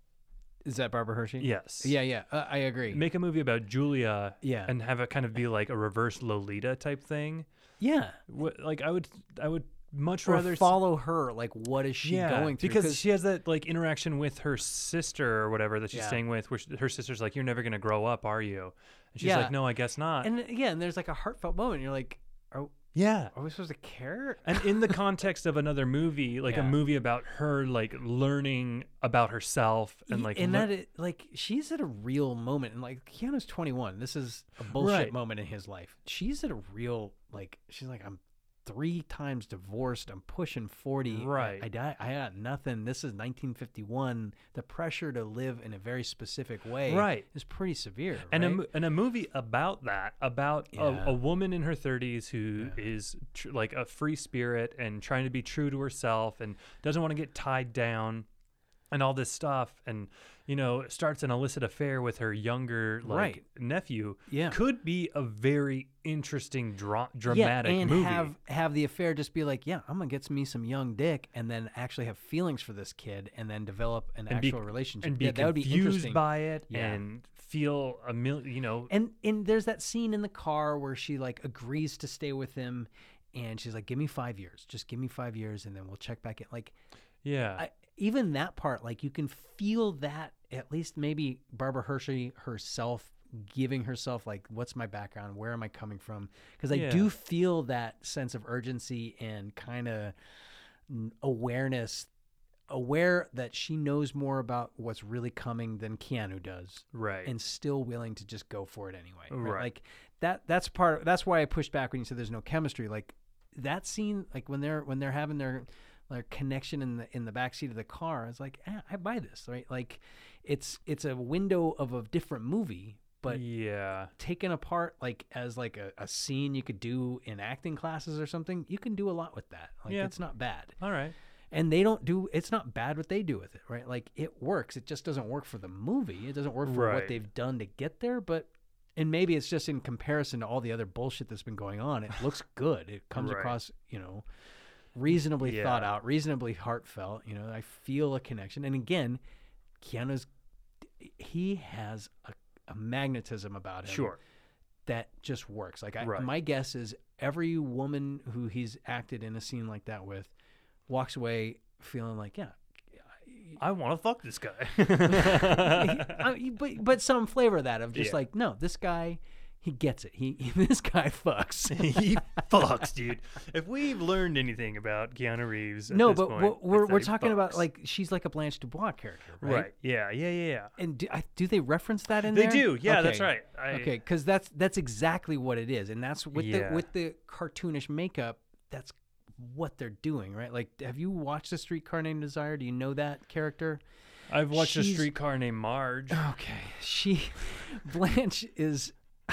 [SPEAKER 1] Is that Barbara Hershey?
[SPEAKER 2] Yes.
[SPEAKER 1] Yeah, yeah. Uh, I agree.
[SPEAKER 2] Make a movie about Julia
[SPEAKER 1] Yeah.
[SPEAKER 2] and have it kind of be like a reverse Lolita type thing.
[SPEAKER 1] Yeah.
[SPEAKER 2] Wh- Like I would, I would much
[SPEAKER 1] Or
[SPEAKER 2] rather s-
[SPEAKER 1] follow her. Like, what is she going through?
[SPEAKER 2] because she has that like interaction with her sister or whatever that she's
[SPEAKER 1] Yeah.
[SPEAKER 2] staying with, where she, her sister's like, "You're never gonna grow up, are you?" And she's
[SPEAKER 1] Yeah.
[SPEAKER 2] like, "No, I guess not."
[SPEAKER 1] and yeah, and there's like a heartfelt moment. You're like, are
[SPEAKER 2] yeah,
[SPEAKER 1] are we supposed to care?
[SPEAKER 2] and in the context of another movie, like
[SPEAKER 1] Yeah.
[SPEAKER 2] a movie about her like learning about herself and
[SPEAKER 1] Ye-
[SPEAKER 2] like
[SPEAKER 1] and
[SPEAKER 2] lear-
[SPEAKER 1] that it, like she's at a real moment and like Keanu's 21 this is a bullshit
[SPEAKER 2] Right.
[SPEAKER 1] moment in his life she's at a real like she's like I'm three times divorced I'm pushing 40 I-
[SPEAKER 2] Right.
[SPEAKER 1] I, die I got nothing this is 1951 the pressure to live in a very specific way
[SPEAKER 2] Right.
[SPEAKER 1] is pretty severe
[SPEAKER 2] and a,
[SPEAKER 1] right?
[SPEAKER 2] mo- and a movie about that about
[SPEAKER 1] Yeah.
[SPEAKER 2] a, a woman in her 30s who is tr- like a free spirit and trying to be true to herself and doesn't want to get tied down and all this stuff and you know starts an illicit affair with her younger like
[SPEAKER 1] Right.
[SPEAKER 2] nephew
[SPEAKER 1] Yeah.
[SPEAKER 2] could be a very interesting dra- dramatic
[SPEAKER 1] yeah, and
[SPEAKER 2] movie
[SPEAKER 1] have have the affair just be like yeah I'm gonna get me some young dick and then actually have feelings for this kid and then develop an
[SPEAKER 2] and
[SPEAKER 1] actual
[SPEAKER 2] be,
[SPEAKER 1] relationship
[SPEAKER 2] and be
[SPEAKER 1] yeah, that would be
[SPEAKER 2] confused
[SPEAKER 1] interesting
[SPEAKER 2] by it
[SPEAKER 1] Yeah.
[SPEAKER 2] and feel a million you know
[SPEAKER 1] And and there's that scene in the car where she like agrees to stay with him, and she's like, "Give me five years, just give me five years, and then we'll check back in." Like,
[SPEAKER 2] yeah
[SPEAKER 1] I, even that part, like you can feel that at least maybe Barbara Hershey herself giving herself like, "What's my background? Where am I coming from?" Because I do
[SPEAKER 2] Yeah.
[SPEAKER 1] feel that sense of urgency and kind of awareness, aware that she knows more about what's really coming than Keanu does
[SPEAKER 2] right
[SPEAKER 1] and still willing to just go for it anyway. Right?
[SPEAKER 2] Right.
[SPEAKER 1] Like that that's part that's why I pushed back when you said there's no chemistry. Like that scene like when they're when they're having their their connection in the in the backseat of the car, it's like, eh, I buy this, right? Like it's it's a window of a different movie, but
[SPEAKER 2] yeah
[SPEAKER 1] taken apart like as like a, a scene you could do in acting classes or something, you can do a lot with that. Like
[SPEAKER 2] Yeah.
[SPEAKER 1] it's not bad.
[SPEAKER 2] all right
[SPEAKER 1] And they don't do it's not bad what they do with it, right? Like it works. It just doesn't work for the movie. It doesn't work for what
[SPEAKER 2] Right.
[SPEAKER 1] they've done to get there, but and maybe it's just in comparison to all the other bullshit that's been going on. It looks good. It comes
[SPEAKER 2] Right.
[SPEAKER 1] across, you know, reasonably thought
[SPEAKER 2] Yeah.
[SPEAKER 1] out, reasonably heartfelt. You know, I feel a connection. And again, Keanu's he has a, a magnetism about him
[SPEAKER 2] sure
[SPEAKER 1] that just works. Like I,
[SPEAKER 2] Right.
[SPEAKER 1] my guess is every woman who he's acted in a scene like that with walks away feeling like yeah,
[SPEAKER 2] I want to fuck this guy.
[SPEAKER 1] I- but but some flavor of that of just
[SPEAKER 2] Yeah.
[SPEAKER 1] like no, this guy he gets it. He this guy fucks.
[SPEAKER 2] he fucks, dude. If we've learned anything about Keanu Reeves, at
[SPEAKER 1] no,
[SPEAKER 2] this
[SPEAKER 1] but
[SPEAKER 2] point,
[SPEAKER 1] we're-
[SPEAKER 2] it's
[SPEAKER 1] we're
[SPEAKER 2] that
[SPEAKER 1] we're
[SPEAKER 2] he
[SPEAKER 1] talking about
[SPEAKER 2] fucks.
[SPEAKER 1] like she's like a Blanche Dubois character,
[SPEAKER 2] right.
[SPEAKER 1] right?
[SPEAKER 2] Yeah, yeah, yeah, yeah.
[SPEAKER 1] And do, I, do they reference that in
[SPEAKER 2] They
[SPEAKER 1] there?
[SPEAKER 2] do. Yeah, that's
[SPEAKER 1] Okay.
[SPEAKER 2] right. I-
[SPEAKER 1] okay, because that's that's exactly what it is, and that's with
[SPEAKER 2] Yeah.
[SPEAKER 1] the with the cartoonish makeup. That's what they're doing, right? Like, have you watched *The Streetcar Named Desire*? Do you know that character?
[SPEAKER 2] I've watched a
[SPEAKER 1] She's-
[SPEAKER 2] streetcar named Marge.
[SPEAKER 1] Okay, she Blanche is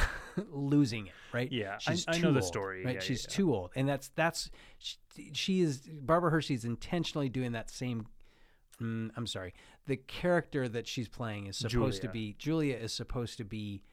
[SPEAKER 1] losing it, right?
[SPEAKER 2] Yeah, I-
[SPEAKER 1] she's
[SPEAKER 2] I know the
[SPEAKER 1] too old,
[SPEAKER 2] story.
[SPEAKER 1] Right,
[SPEAKER 2] Yeah, yeah,
[SPEAKER 1] she's
[SPEAKER 2] yeah.
[SPEAKER 1] too old, and that's that's she, she is Barbara Hershey's intentionally doing that same. Mm, I'm sorry, the character that she's playing is supposed to
[SPEAKER 2] Julia.
[SPEAKER 1] be Julia is supposed to be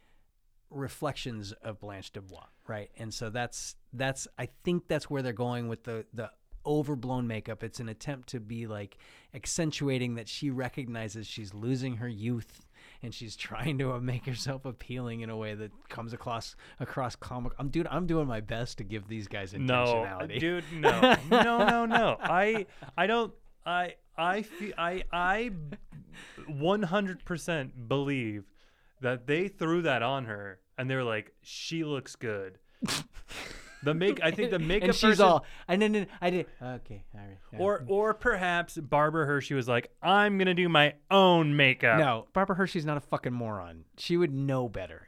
[SPEAKER 1] reflections of Blanche Dubois, right? And so that's that's I think that's where they're going with the the overblown makeup. It's an attempt to be like accentuating that she recognizes she's losing her youth and she's trying to uh, make herself appealing in a way that comes across across comic. I'm dude, I'm doing my best to give these guys
[SPEAKER 2] No,
[SPEAKER 1] intentionality.
[SPEAKER 2] dude, no, no, no, no. I, I don't. I, I, fe- I, I, one hundred percent believe that they threw that on her, and they're like, she looks good. The make, I think the makeup
[SPEAKER 1] and she's
[SPEAKER 2] person,
[SPEAKER 1] all I didn't I did okay, all right. yeah.
[SPEAKER 2] Or or perhaps Barbara Hershey was like, I'm gonna do my own makeup.
[SPEAKER 1] no, Barbara Hershey's not a fucking moron. She would know better.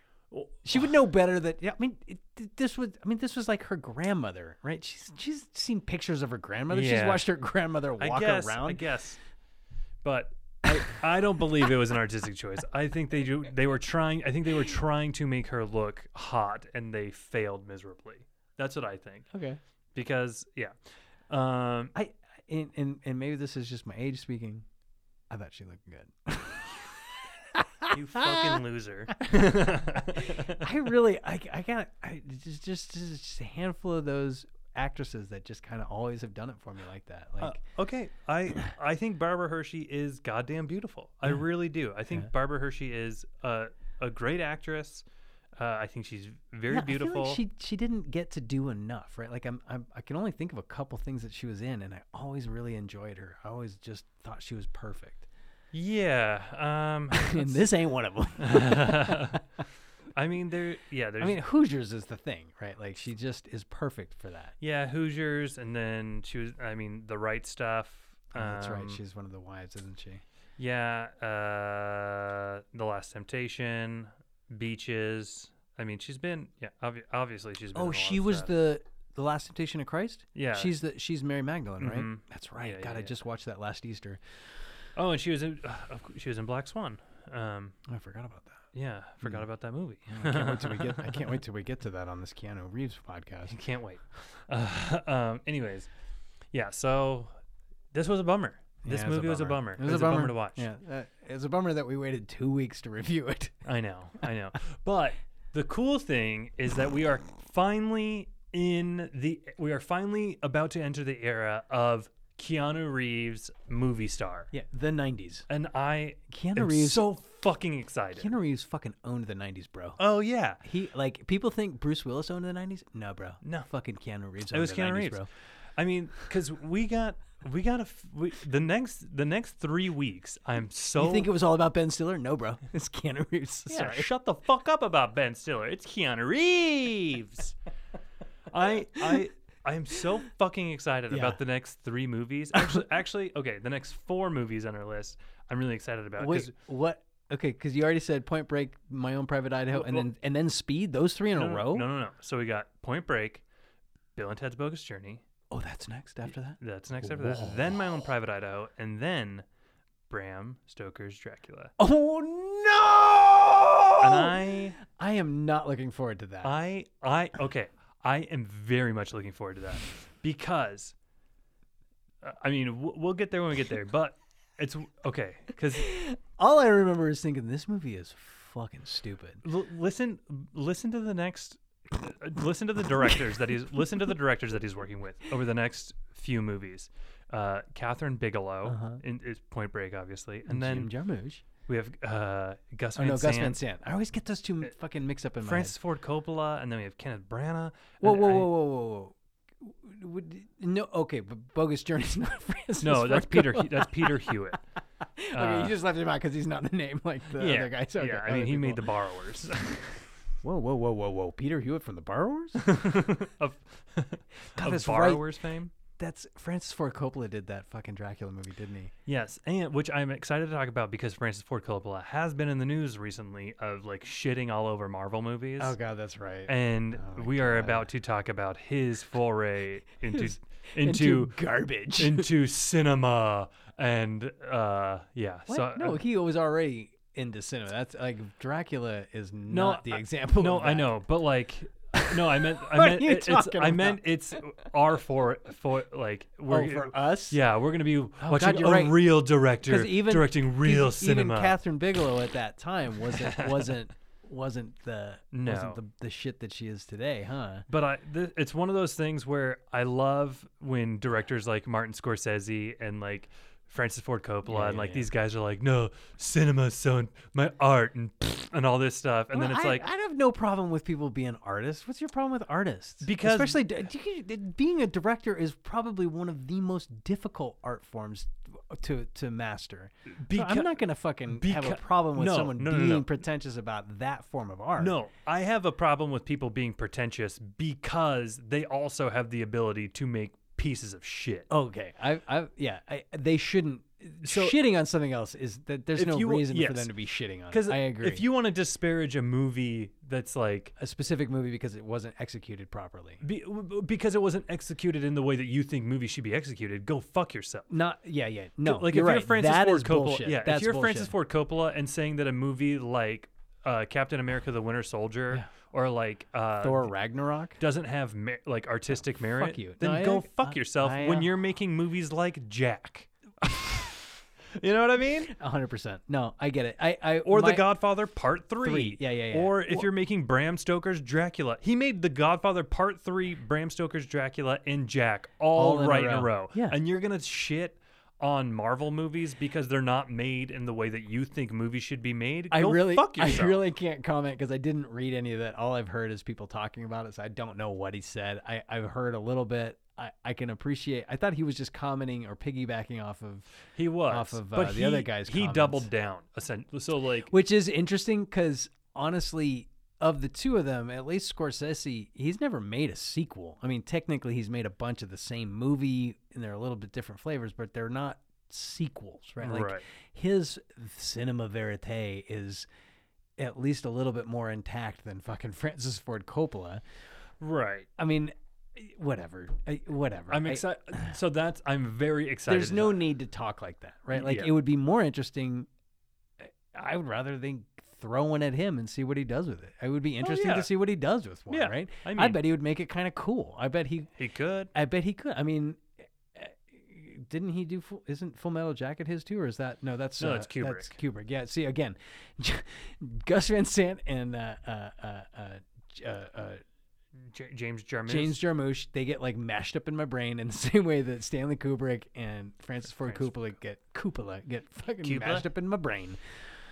[SPEAKER 1] She would know better that. Yeah, I mean, it, th- this was. I mean, this was like her grandmother, right? She's she's seen pictures of her grandmother. She's
[SPEAKER 2] Yeah.
[SPEAKER 1] watched her grandmother
[SPEAKER 2] I
[SPEAKER 1] walk
[SPEAKER 2] guess.
[SPEAKER 1] around.
[SPEAKER 2] I guess. But I, I don't believe it was an artistic choice. I think they do. They were trying. I think they were trying to make her look hot, and they failed miserably. That's what I think.
[SPEAKER 1] Okay.
[SPEAKER 2] Because yeah, um,
[SPEAKER 1] I and, and and maybe this is just my age speaking. I thought she looked good.
[SPEAKER 2] you fucking loser.
[SPEAKER 1] I really, I, I got I, just, just just a handful of those actresses that just kind of always have done it for me like that. Like,
[SPEAKER 2] Uh, okay, I I think Barbara Hershey is goddamn beautiful. I really do. I think Barbara Hershey is a a great actress. Uh, I think she's very
[SPEAKER 1] Yeah, I feel like
[SPEAKER 2] beautiful.
[SPEAKER 1] she she didn't get to do enough, right? Like I'm, I'm I can only think of a couple things that she was in, and I always really enjoyed her. I always just thought she was perfect,
[SPEAKER 2] Yeah. Um,
[SPEAKER 1] and this ain't one of them.
[SPEAKER 2] I mean, there. Yeah, there's.
[SPEAKER 1] I mean, Hoosiers is the thing, right? Like she just is perfect for that.
[SPEAKER 2] yeah, Hoosiers, and then she was. I mean, the right stuff.
[SPEAKER 1] Oh, that's
[SPEAKER 2] um,
[SPEAKER 1] right. She's one of the wives, isn't she?
[SPEAKER 2] Yeah. Uh, the Last Temptation, Beaches. I mean, she's been. Yeah, obvi- obviously she's been. in
[SPEAKER 1] Oh,
[SPEAKER 2] a lot
[SPEAKER 1] she
[SPEAKER 2] of
[SPEAKER 1] was
[SPEAKER 2] stuff.
[SPEAKER 1] the the Last Temptation of Christ.
[SPEAKER 2] Yeah.
[SPEAKER 1] she's the she's Mary Magdalene, right?
[SPEAKER 2] Mhm.
[SPEAKER 1] That's right.
[SPEAKER 2] Yeah,
[SPEAKER 1] God,
[SPEAKER 2] yeah,
[SPEAKER 1] I
[SPEAKER 2] yeah.
[SPEAKER 1] just watched that last Easter.
[SPEAKER 2] Oh, and she was in. Uh, of cou- she was in Black Swan. Um,
[SPEAKER 1] Oh, I forgot about that.
[SPEAKER 2] yeah, forgot about that movie.
[SPEAKER 1] Hmm. Oh, I can't wait till we get. I can't wait till we get to that on this Keanu Reeves podcast.
[SPEAKER 2] Can't wait. Uh, um, anyways, yeah. So this was a bummer. This
[SPEAKER 1] Yeah, it
[SPEAKER 2] movie was a bummer.
[SPEAKER 1] It was, a, bummer.
[SPEAKER 2] to watch.
[SPEAKER 1] Yeah, uh, it was a bummer that we waited two weeks to review it.
[SPEAKER 2] I know, I know. But the cool thing is that we are finally in the we are finally about to enter the era of Keanu Reeves movie star.
[SPEAKER 1] Yeah, the '90s.
[SPEAKER 2] And I
[SPEAKER 1] Keanu
[SPEAKER 2] am
[SPEAKER 1] Reeves-
[SPEAKER 2] so fucking excited.
[SPEAKER 1] Keanu Reeves fucking owned the '90s, bro.
[SPEAKER 2] oh yeah.
[SPEAKER 1] He like people think Bruce Willis owned the '90s. No, bro.
[SPEAKER 2] No.
[SPEAKER 1] fucking Keanu Reeves.
[SPEAKER 2] It
[SPEAKER 1] owned
[SPEAKER 2] was
[SPEAKER 1] the
[SPEAKER 2] Keanu
[SPEAKER 1] 90s,
[SPEAKER 2] Reeves.
[SPEAKER 1] bro.
[SPEAKER 2] I mean, cuz we got we got a f- we, the next the next 3 weeks I'm so
[SPEAKER 1] You think it was all about Ben Stiller? No, bro. It's Keanu Reeves.
[SPEAKER 2] Yeah,
[SPEAKER 1] Sorry.
[SPEAKER 2] shut the fuck up about Ben Stiller. It's Keanu Reeves. I I I am so fucking excited
[SPEAKER 1] Yeah.
[SPEAKER 2] about the next three movies. Actually, actually, okay, the next four movies on our list. I'm really excited about. 'cause-
[SPEAKER 1] Wait, what? Okay, because you already said Point Break, My Own Private Idaho, and then and then Speed. Those three in
[SPEAKER 2] no,
[SPEAKER 1] a
[SPEAKER 2] no,
[SPEAKER 1] row.
[SPEAKER 2] No, no, no. So we got Point Break, Bill and Ted's Bogus Journey.
[SPEAKER 1] Oh, that's next after that.
[SPEAKER 2] That's next after that. Then My Own Private Idaho, and then Bram Stoker's Dracula.
[SPEAKER 1] Oh no!
[SPEAKER 2] And I
[SPEAKER 1] I am not looking forward to that.
[SPEAKER 2] I I okay. I am very much looking forward to that because uh, I mean w- we'll get there when we get there, but it's okay because
[SPEAKER 1] all I remember is thinking this movie is fucking stupid.
[SPEAKER 2] l- listen listen to the next uh, listen to the directors that he's listen to the directors that he's working with over the next few movies. Uh, Catherine Bigelow in, is Point Break, obviously, and then
[SPEAKER 1] Uh-huh. Jim Jarmusch.
[SPEAKER 2] we have uh, Gus
[SPEAKER 1] Oh
[SPEAKER 2] Van
[SPEAKER 1] no, Gus Van
[SPEAKER 2] Sant, Uh,
[SPEAKER 1] Sant. I always get those two m- fucking mixed up in my
[SPEAKER 2] Francis
[SPEAKER 1] head.
[SPEAKER 2] Ford Coppola, and then we have Kenneth Branagh.
[SPEAKER 1] Whoa,
[SPEAKER 2] and
[SPEAKER 1] whoa,
[SPEAKER 2] I-
[SPEAKER 1] whoa, whoa, whoa, whoa. Would, no, okay, but Bogus Journey's not Francis.
[SPEAKER 2] No,
[SPEAKER 1] Ford
[SPEAKER 2] that's Peter.
[SPEAKER 1] Coppola.
[SPEAKER 2] He- That's Peter Hewitt.
[SPEAKER 1] okay,
[SPEAKER 2] uh,
[SPEAKER 1] you just left him out because he's not the name like the other guys. Okay,
[SPEAKER 2] yeah. I mean,
[SPEAKER 1] other
[SPEAKER 2] he made the
[SPEAKER 1] people.
[SPEAKER 2] borrowers.
[SPEAKER 1] Whoa, whoa, whoa, whoa, whoa! Peter Hewitt from The Borrowers.
[SPEAKER 2] of of
[SPEAKER 1] that's right.
[SPEAKER 2] borrowers fame.
[SPEAKER 1] that's Francis Ford Coppola did that fucking Dracula movie, didn't he?
[SPEAKER 2] Yes, and which I'm excited to talk about because Francis Ford Coppola has been in the news recently of like shitting all over Marvel movies.
[SPEAKER 1] Oh god, that's right.
[SPEAKER 2] And
[SPEAKER 1] Oh my
[SPEAKER 2] we are
[SPEAKER 1] God.
[SPEAKER 2] about to talk about his foray into
[SPEAKER 1] His-
[SPEAKER 2] into
[SPEAKER 1] garbage.
[SPEAKER 2] into cinema and uh yeah.
[SPEAKER 1] What?
[SPEAKER 2] So
[SPEAKER 1] no,
[SPEAKER 2] uh,
[SPEAKER 1] he was already into cinema. That's like Dracula is
[SPEAKER 2] no,
[SPEAKER 1] not the
[SPEAKER 2] I-
[SPEAKER 1] example.
[SPEAKER 2] No,
[SPEAKER 1] of
[SPEAKER 2] I
[SPEAKER 1] that.
[SPEAKER 2] know, but like, no, I meant, I
[SPEAKER 1] What are
[SPEAKER 2] meant,
[SPEAKER 1] you
[SPEAKER 2] it- it's,
[SPEAKER 1] talking
[SPEAKER 2] I
[SPEAKER 1] about?
[SPEAKER 2] meant it's our for for like we're
[SPEAKER 1] Oh, for us? Oh,
[SPEAKER 2] Yeah, we're gonna be watching
[SPEAKER 1] God,
[SPEAKER 2] a
[SPEAKER 1] you're right.
[SPEAKER 2] real director
[SPEAKER 1] Because even
[SPEAKER 2] directing
[SPEAKER 1] 'cause
[SPEAKER 2] real
[SPEAKER 1] even
[SPEAKER 2] cinema.
[SPEAKER 1] Catherine Bigelow at that time wasn't wasn't wasn't the
[SPEAKER 2] No.
[SPEAKER 1] wasn't the, the shit that she is today, huh?
[SPEAKER 2] but I, th- it's one of those things where I love when directors like Martin Scorsese and like Francis Ford Coppola and like these guys are like, no, cinema's so in- my art and and all this stuff, and then
[SPEAKER 1] Well,
[SPEAKER 2] it's
[SPEAKER 1] I,
[SPEAKER 2] like,
[SPEAKER 1] I have no problem with people being artists. What's your problem with artists?
[SPEAKER 2] Because-
[SPEAKER 1] especially d- do you- d- being a director is probably one of the most difficult art forms to to master. So
[SPEAKER 2] Becau-
[SPEAKER 1] I'm not gonna fucking have a
[SPEAKER 2] becau-
[SPEAKER 1] problem with
[SPEAKER 2] No,
[SPEAKER 1] someone
[SPEAKER 2] no, no,
[SPEAKER 1] being
[SPEAKER 2] no.
[SPEAKER 1] pretentious about that form of art.
[SPEAKER 2] No, I have a problem with people being pretentious because they also have the ability to make pieces of shit.
[SPEAKER 1] Okay. I I yeah. I, they shouldn't.
[SPEAKER 2] So-
[SPEAKER 1] shitting on something else is that there's
[SPEAKER 2] If
[SPEAKER 1] no
[SPEAKER 2] you-
[SPEAKER 1] reason for
[SPEAKER 2] yes.
[SPEAKER 1] them to be shitting on.
[SPEAKER 2] Because
[SPEAKER 1] It. I agree.
[SPEAKER 2] If you want to disparage a movie that's like
[SPEAKER 1] a specific movie because it wasn't executed properly.
[SPEAKER 2] be, w- because it wasn't executed in the way that you think movies should be executed, go fuck yourself.
[SPEAKER 1] Not yeah yeah no.
[SPEAKER 2] like
[SPEAKER 1] you're
[SPEAKER 2] if
[SPEAKER 1] right.
[SPEAKER 2] you're Francis
[SPEAKER 1] That
[SPEAKER 2] Ford
[SPEAKER 1] is
[SPEAKER 2] Coppola,
[SPEAKER 1] bullshit.
[SPEAKER 2] yeah,
[SPEAKER 1] That's
[SPEAKER 2] if you're
[SPEAKER 1] bullshit.
[SPEAKER 2] Francis Ford Coppola and saying that a movie like uh, Captain America: The Winter Soldier or like uh,
[SPEAKER 1] Thor Ragnarok.
[SPEAKER 2] doesn't have mer- like artistic merit,
[SPEAKER 1] you.
[SPEAKER 2] then
[SPEAKER 1] No, I
[SPEAKER 2] go
[SPEAKER 1] ag-
[SPEAKER 2] fuck
[SPEAKER 1] I-
[SPEAKER 2] yourself
[SPEAKER 1] I, uh,
[SPEAKER 2] when you're making movies like Jack. you know what I mean?
[SPEAKER 1] A hundred percent. No, I get it. I, I
[SPEAKER 2] Or
[SPEAKER 1] my-
[SPEAKER 2] The Godfather Part Three.
[SPEAKER 1] Three. Yeah, yeah, yeah.
[SPEAKER 2] Or if
[SPEAKER 1] Wh-
[SPEAKER 2] you're making Bram Stoker's Dracula, he made The Godfather Part Three, Bram Stoker's Dracula, and Jack all
[SPEAKER 1] All in a
[SPEAKER 2] right in a row.
[SPEAKER 1] row. Yeah.
[SPEAKER 2] And you're gonna shit on Marvel movies because they're not made in the way that you think movies should be made,
[SPEAKER 1] I
[SPEAKER 2] go
[SPEAKER 1] really,
[SPEAKER 2] fuck
[SPEAKER 1] I
[SPEAKER 2] yourself.
[SPEAKER 1] really can't comment because I didn't read any of that. All I've heard is people talking about it, so I don't know what he said. I, I've heard a little bit. I, I can appreciate. I thought he was just commenting or piggybacking off of,
[SPEAKER 2] he was
[SPEAKER 1] off of,
[SPEAKER 2] but
[SPEAKER 1] uh,
[SPEAKER 2] he,
[SPEAKER 1] the other guy's
[SPEAKER 2] He
[SPEAKER 1] comments.
[SPEAKER 2] doubled down. Essentially. So like,
[SPEAKER 1] which is interesting because honestly, of the two of them, at least Scorsese, he's never made a sequel. I mean, technically, he's made a bunch of the same movie, and they're a little bit different flavors, but they're not sequels, right? Like
[SPEAKER 2] Right.
[SPEAKER 1] his cinema verite is at least a little bit more intact than fucking Francis Ford Coppola.
[SPEAKER 2] right.
[SPEAKER 1] I mean, eh, whatever, I, whatever.
[SPEAKER 2] I'm
[SPEAKER 1] I-
[SPEAKER 2] excited. So that's I'm very excited.
[SPEAKER 1] There's no
[SPEAKER 2] about it.
[SPEAKER 1] need to talk like that, right? Like
[SPEAKER 2] Yeah.
[SPEAKER 1] it would be more interesting. I would rather think throw one at him and see what he does with it. It would be interesting
[SPEAKER 2] Oh,
[SPEAKER 1] to
[SPEAKER 2] yeah.
[SPEAKER 1] see what he does with one,
[SPEAKER 2] Yeah,
[SPEAKER 1] right?
[SPEAKER 2] I
[SPEAKER 1] I
[SPEAKER 2] mean-
[SPEAKER 1] bet he would make it kind of cool. I bet he,
[SPEAKER 2] He could.
[SPEAKER 1] I bet he could. I mean, eh, didn't he do? Full, isn't Full Metal Jacket his too, or is that no? That's
[SPEAKER 2] No,
[SPEAKER 1] uh,
[SPEAKER 2] it's Kubrick.
[SPEAKER 1] That's Kubrick. Yeah. See again, Gus Van Sant and uh, uh, uh, uh, J- uh, uh,
[SPEAKER 2] J- James Jarmusch.
[SPEAKER 1] James Jarmusch, they get like mashed up in my brain in the same way that Stanley Kubrick and Francis Ford Coppola get Coppola get fucking
[SPEAKER 2] Cuba?
[SPEAKER 1] mashed up in my brain.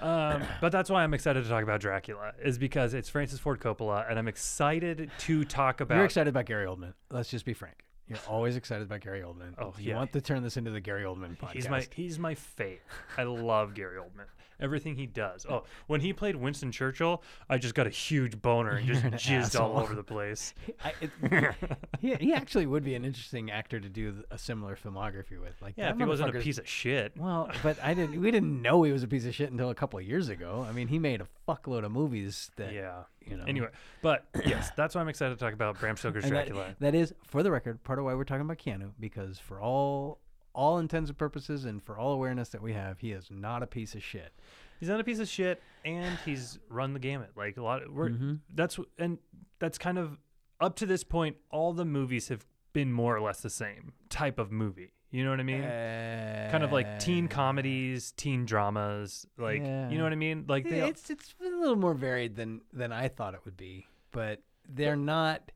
[SPEAKER 2] Um, but that's why I'm excited to talk about Dracula, is because it's Francis Ford Coppola, and I'm excited to talk about.
[SPEAKER 1] You're excited about Gary Oldman. Let's just be frank. You're always excited about Gary Oldman.
[SPEAKER 2] Oh,
[SPEAKER 1] you
[SPEAKER 2] yeah.
[SPEAKER 1] want to turn this into the Gary Oldman podcast?
[SPEAKER 2] He's my he's my fave. I love Gary Oldman. Everything he does. Oh, when he played Winston Churchill, I just got a huge boner and just
[SPEAKER 1] You're an
[SPEAKER 2] jizzed all
[SPEAKER 1] asshole.
[SPEAKER 2] over the place.
[SPEAKER 1] I, it, he, he actually would be an interesting actor to do th- a similar filmography with. Like
[SPEAKER 2] Yeah,
[SPEAKER 1] that
[SPEAKER 2] if he wasn't a
[SPEAKER 1] motherfucker's-
[SPEAKER 2] piece of shit.
[SPEAKER 1] Well, but I didn't. We didn't know he was a piece of shit until a couple of years ago. I mean, he made a fuckload of movies that
[SPEAKER 2] Yeah.
[SPEAKER 1] you know.
[SPEAKER 2] Anyway, but yes, that's why I'm excited to talk about Bram Stoker's
[SPEAKER 1] And that-
[SPEAKER 2] Dracula.
[SPEAKER 1] that is, for the record, part of why we're talking about Keanu, because for all all intents and purposes and for all awareness that we have, he is not a piece of shit.
[SPEAKER 2] he's not a piece of shit and he's run the gamut like a lot we're
[SPEAKER 1] Mm-hmm.
[SPEAKER 2] that's wh- and that's kind of up to this point all the movies have been more or less the same type of movie you know what i mean
[SPEAKER 1] Uh,
[SPEAKER 2] kind of like teen comedies teen dramas like you
[SPEAKER 1] Yeah.
[SPEAKER 2] know what i mean like they all-
[SPEAKER 1] it's it's a little more varied than than I thought it would be, but they're not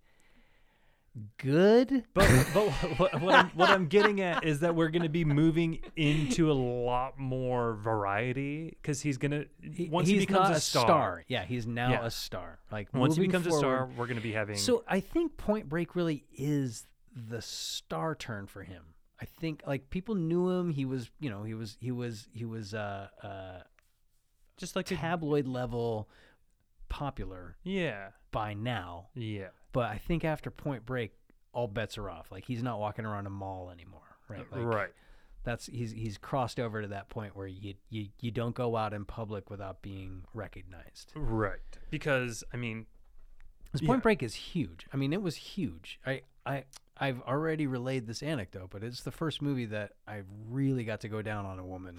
[SPEAKER 1] good.
[SPEAKER 2] but but what, what, I'm, what I'm getting at is that we're going to be moving into a lot more variety because he's going to
[SPEAKER 1] He-
[SPEAKER 2] once
[SPEAKER 1] he's
[SPEAKER 2] he becomes
[SPEAKER 1] not
[SPEAKER 2] a star,
[SPEAKER 1] Yeah, he's now
[SPEAKER 2] Yeah.
[SPEAKER 1] a star. Like
[SPEAKER 2] once he
[SPEAKER 1] moving
[SPEAKER 2] becomes a star
[SPEAKER 1] forward-
[SPEAKER 2] we're going to be having
[SPEAKER 1] So I think Point Break really is the star turn for him. I think like people knew him. He was, you know, he was, he was, he was, uh, uh,
[SPEAKER 2] just like a-
[SPEAKER 1] tabloid level popular
[SPEAKER 2] yeah
[SPEAKER 1] by now.
[SPEAKER 2] yeah
[SPEAKER 1] But I think after Point Break, all bets are off. Like he's not walking around a mall anymore, right? Like,
[SPEAKER 2] right
[SPEAKER 1] That's he's he's crossed over to that point where you you you don't go out in public without being recognized.
[SPEAKER 2] Right. Because I mean,
[SPEAKER 1] This Point Break is huge. I mean, it was huge. I I I've already relayed this anecdote, but it's the first movie that I really got to go down on a woman.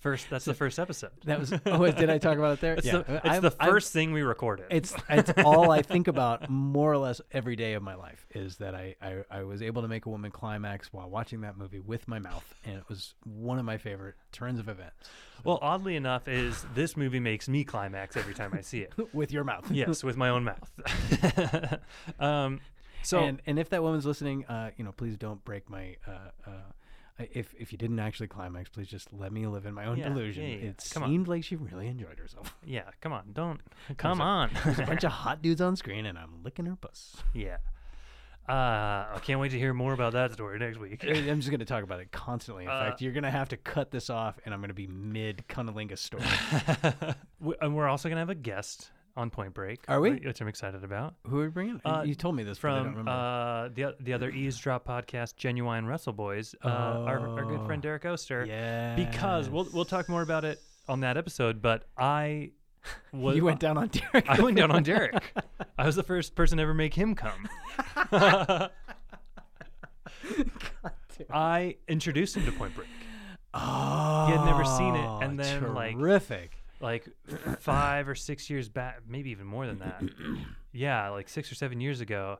[SPEAKER 2] first that's the first episode.
[SPEAKER 1] That was oh, wait, did I talk about it there?
[SPEAKER 2] It's, the, it's
[SPEAKER 1] I'm-
[SPEAKER 2] the
[SPEAKER 1] I'm-
[SPEAKER 2] 1st thing we recorded.
[SPEAKER 1] it's it's all I think about more or less every day of my life is that I, I I was able to make a woman climax while watching that movie with my mouth, and it was one of my favorite turns of events
[SPEAKER 2] well, oddly enough, is this movie makes me climax every time I see it.
[SPEAKER 1] with your mouth.
[SPEAKER 2] yes, with my own mouth. um, so
[SPEAKER 1] and and if that woman's listening, uh, you know, please don't break my. Uh, uh, I- if if you didn't actually climax, please just let me live in my own
[SPEAKER 2] Yeah,
[SPEAKER 1] delusion.
[SPEAKER 2] yeah, yeah.
[SPEAKER 1] It
[SPEAKER 2] Come on.
[SPEAKER 1] seemed like she really enjoyed herself.
[SPEAKER 2] yeah, come on, don't come on.
[SPEAKER 1] There's a bunch of hot dudes on screen, and I'm licking her puss.
[SPEAKER 2] yeah. Uh, I can't wait to hear more about that story next week.
[SPEAKER 1] I'm just gonna talk about it constantly. In fact, you're gonna have to cut this off, and I'm gonna be mid cunnilingus story.
[SPEAKER 2] We- and we're also gonna have a guest on Point Break.
[SPEAKER 1] Are we?
[SPEAKER 2] Which I'm excited about.
[SPEAKER 1] Who are we bringing?
[SPEAKER 2] Uh,
[SPEAKER 1] you told me this but I don't
[SPEAKER 2] from
[SPEAKER 1] remember.
[SPEAKER 2] uh, the the other eavesdrop podcast, Genuine Wrestle Boys, uh, our, our good
[SPEAKER 1] Oh,
[SPEAKER 2] friend Derek Oster. Because we'll we'll talk more about it on that episode. But I was
[SPEAKER 1] you went down on Derek.
[SPEAKER 2] I went down on Derek. I was the first person to ever make him come. I introduced him to Point Break.
[SPEAKER 1] oh,
[SPEAKER 2] He had never seen it, and then like
[SPEAKER 1] terrific.
[SPEAKER 2] like five or six years back, maybe even more than that. yeah, like six or seven years ago,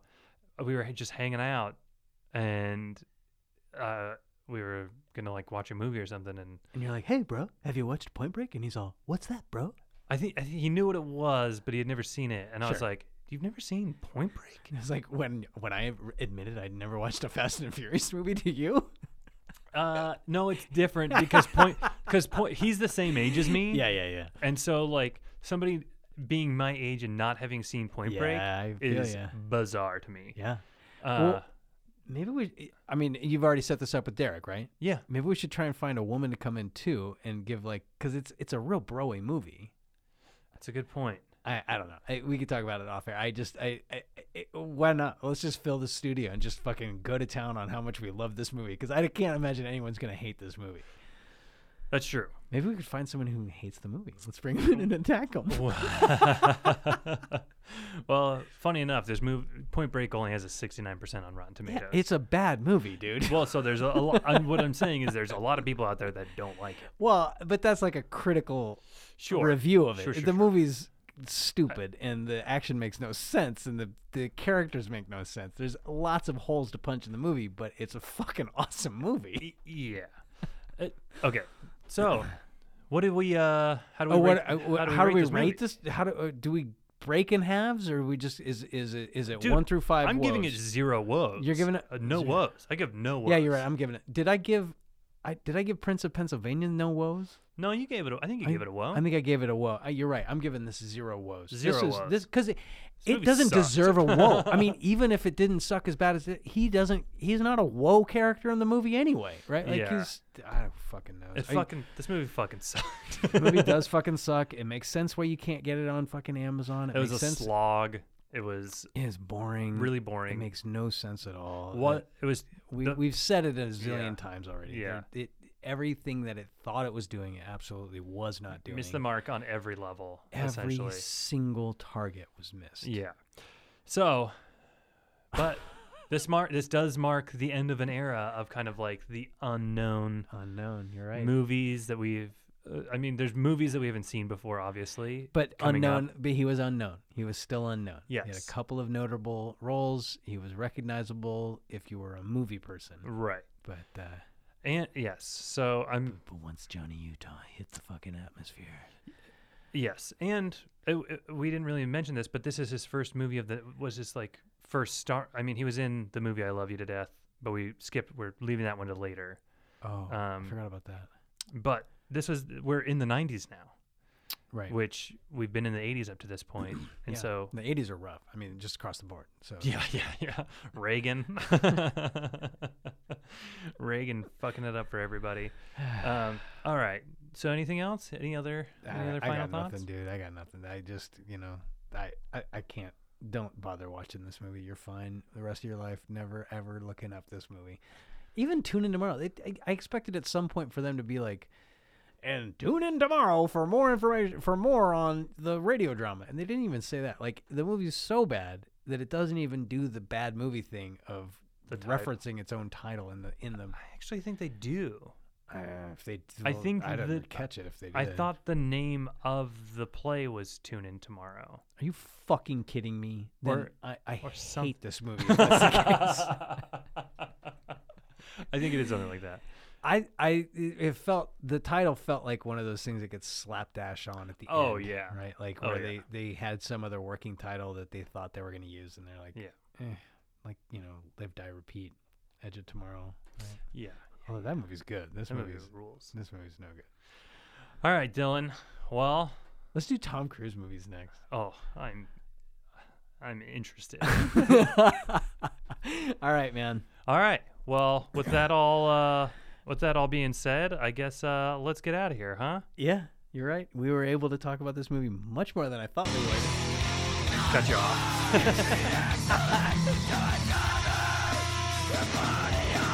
[SPEAKER 2] we were just hanging out, and uh, we were gonna like watch a movie or something, and
[SPEAKER 1] And you're like, hey, bro, have you watched Point Break? And he's all, what's that, bro?
[SPEAKER 2] I think, I think he knew what it was, but he had never seen it, and I was
[SPEAKER 1] Sure.
[SPEAKER 2] like, "You've never seen Point Break?"
[SPEAKER 1] It's like when when I admitted I'd never watched a Fast and Furious movie to you.
[SPEAKER 2] Uh, no, it's different because point because point he's the same age as me.
[SPEAKER 6] Yeah, yeah, yeah.
[SPEAKER 2] And so like somebody being my age and not having seen Point Break
[SPEAKER 6] Yeah, I feel
[SPEAKER 2] is
[SPEAKER 6] ya.
[SPEAKER 2] bizarre to me.
[SPEAKER 6] Yeah.
[SPEAKER 2] Uh,
[SPEAKER 1] Maybe we. I mean, you've already set this up with Derek, right?
[SPEAKER 2] yeah.
[SPEAKER 1] Maybe we should try and find a woman to come in too and give like, because it's it's a real broy movie.
[SPEAKER 2] That's a good point.
[SPEAKER 1] I, I don't know. I, we could talk about it off air. I just I, I, I why not? Let's just fill the studio and just fucking go to town on how much we love this movie because I can't imagine anyone's gonna hate this movie.
[SPEAKER 2] That's true.
[SPEAKER 1] Maybe we could find someone who hates the movie. Let's bring them in and attack them.
[SPEAKER 2] well, funny enough, this move Point Break only has a 69% on Rotten Tomatoes.
[SPEAKER 1] it's a bad movie, dude.
[SPEAKER 2] well, so there's a, a lot. and what I'm saying is there's a lot of people out there that don't like it.
[SPEAKER 1] Well, but that's like a critical
[SPEAKER 2] Sure.
[SPEAKER 1] review of it.
[SPEAKER 2] Sure, sure,
[SPEAKER 1] the
[SPEAKER 2] sure.
[SPEAKER 1] movie's stupid, and the action makes no sense, and the the characters make no sense. There's lots of holes to punch in the movie, but it's a fucking awesome movie.
[SPEAKER 2] Y- Yeah. Uh, okay. So, what do we? Uh, how do we?
[SPEAKER 1] Oh, what?
[SPEAKER 2] rate,
[SPEAKER 1] uh, wh-
[SPEAKER 2] do we
[SPEAKER 1] how
[SPEAKER 2] rate
[SPEAKER 1] do we
[SPEAKER 2] this movie?
[SPEAKER 1] rate this? How do uh, do we break in halves, or we just is is it is it
[SPEAKER 2] Dude,
[SPEAKER 1] one through five?
[SPEAKER 2] I'm giving it
[SPEAKER 1] woes?
[SPEAKER 2] zero woes.
[SPEAKER 1] You're giving it
[SPEAKER 2] Uh, no
[SPEAKER 1] zero.
[SPEAKER 2] woes. I give no woes.
[SPEAKER 1] Yeah, you're right. I'm giving it. Did I give? I did I give Prince of Pennsylvania no woes?
[SPEAKER 2] no, you gave it. A, I think you gave it a woe.
[SPEAKER 1] I think I gave it a woe. Uh, you're right. I'm giving this zero woes.
[SPEAKER 2] Zero
[SPEAKER 1] this is,
[SPEAKER 2] woes.
[SPEAKER 1] This because it, it
[SPEAKER 2] movie
[SPEAKER 1] doesn't
[SPEAKER 2] sucked.
[SPEAKER 1] deserve a woe. I mean, even if it didn't suck as bad as it, he doesn't. He's not a woe character in the movie anyway, right? Like
[SPEAKER 2] Yeah.
[SPEAKER 1] he's. I don't fucking know.
[SPEAKER 2] it
[SPEAKER 1] I-
[SPEAKER 2] fucking. This movie fucking sucked.
[SPEAKER 1] the movie does fucking suck. It makes sense why you can't get it on fucking Amazon. It,
[SPEAKER 2] It was a
[SPEAKER 1] makes sense.
[SPEAKER 2] slog. It was
[SPEAKER 1] It's boring.
[SPEAKER 2] really
[SPEAKER 1] It
[SPEAKER 2] boring.
[SPEAKER 1] makes no sense at all.
[SPEAKER 2] what it was.
[SPEAKER 1] We,
[SPEAKER 2] the-
[SPEAKER 1] we've said it a zillion times already.
[SPEAKER 2] Yeah.
[SPEAKER 1] There- It, everything that it thought it was doing, it absolutely was not doing.
[SPEAKER 2] missed the mark on every level.
[SPEAKER 1] Every
[SPEAKER 2] essentially.
[SPEAKER 1] single target was missed.
[SPEAKER 2] Yeah. So, but this mark this does mark the end of an era of kind of like the unknown
[SPEAKER 1] Unknown. You're right.
[SPEAKER 2] movies that we've. Uh, I mean, there's movies that we haven't seen before, obviously.
[SPEAKER 1] but
[SPEAKER 2] coming up.
[SPEAKER 1] unknown. But he was unknown. He was still unknown. He had
[SPEAKER 2] Yes.
[SPEAKER 1] a couple of notable roles. He was recognizable if you were a movie person.
[SPEAKER 2] Right.
[SPEAKER 1] But uh,
[SPEAKER 2] And yes, so I'm
[SPEAKER 1] but once Johnny Utah hit the fucking atmosphere,
[SPEAKER 2] yes, and it, it- we didn't really mention this, but this is his first movie of the was his like first star. I mean, he was in the movie I Love You to Death, but we skipped. We're leaving that one to later.
[SPEAKER 1] oh,
[SPEAKER 2] Um,
[SPEAKER 1] I forgot about that.
[SPEAKER 2] But this was we're in the '90s now,
[SPEAKER 1] Right.
[SPEAKER 2] which we've been in the '80s up to this point, and
[SPEAKER 1] Yeah.
[SPEAKER 2] so
[SPEAKER 1] the 80s are rough. I mean, just across the board. So
[SPEAKER 2] yeah, yeah, yeah, Reagan, Reagan fucking it up for everybody. Um, all right. So anything else? Any other
[SPEAKER 1] I,
[SPEAKER 2] any other
[SPEAKER 1] I
[SPEAKER 2] final
[SPEAKER 1] got
[SPEAKER 2] thoughts?
[SPEAKER 1] nothing, dude. I got nothing. I just, you know, I, I, I can't. Don't bother watching this movie. You're fine the rest of your life. Never ever looking up this movie. Even tune in tomorrow. It, I, I expected at some point for them to be like, and tune in tomorrow for more information for more on the radio drama. And they didn't even say that. Like the movie's so bad that it doesn't even do the bad movie thing of
[SPEAKER 2] title.
[SPEAKER 1] referencing its own title in the in the.
[SPEAKER 2] I actually think they do.
[SPEAKER 1] Uh, if they,
[SPEAKER 2] I think
[SPEAKER 1] I didn't
[SPEAKER 2] that-
[SPEAKER 1] catch it. If they, did.
[SPEAKER 2] I thought the name of the play was Tune In Tomorrow.
[SPEAKER 1] Are you fucking kidding me? Then
[SPEAKER 2] Or-
[SPEAKER 1] I, I
[SPEAKER 2] or
[SPEAKER 1] hate
[SPEAKER 2] some-
[SPEAKER 1] this movie. if that's the case.
[SPEAKER 2] I think it is something like that.
[SPEAKER 1] I, I, it felt the title felt like one of those things that gets slapdash on at the
[SPEAKER 2] Oh,
[SPEAKER 1] end.
[SPEAKER 2] yeah.
[SPEAKER 1] right, like
[SPEAKER 2] Oh,
[SPEAKER 1] where
[SPEAKER 2] yeah.
[SPEAKER 1] they they had some other working title that they thought they were going to use, and they're like,
[SPEAKER 2] Yeah.
[SPEAKER 1] eh, like you know, live, die, repeat, Edge of Tomorrow.
[SPEAKER 2] Yeah.
[SPEAKER 1] Oh, that movie's good. This
[SPEAKER 2] That movie
[SPEAKER 1] movie's
[SPEAKER 2] rules.
[SPEAKER 1] this movie's no good.
[SPEAKER 2] All right, Dylan. Well,
[SPEAKER 1] Let's do Tom Cruise movies next.
[SPEAKER 2] oh, I'm I'm interested.
[SPEAKER 1] All right, man.
[SPEAKER 2] all right. Well, with that all uh with that all being said, I guess uh let's get out of here, huh?
[SPEAKER 1] Yeah, you're right. We were able to talk about this movie much more than I thought we would.
[SPEAKER 2] Cut you off.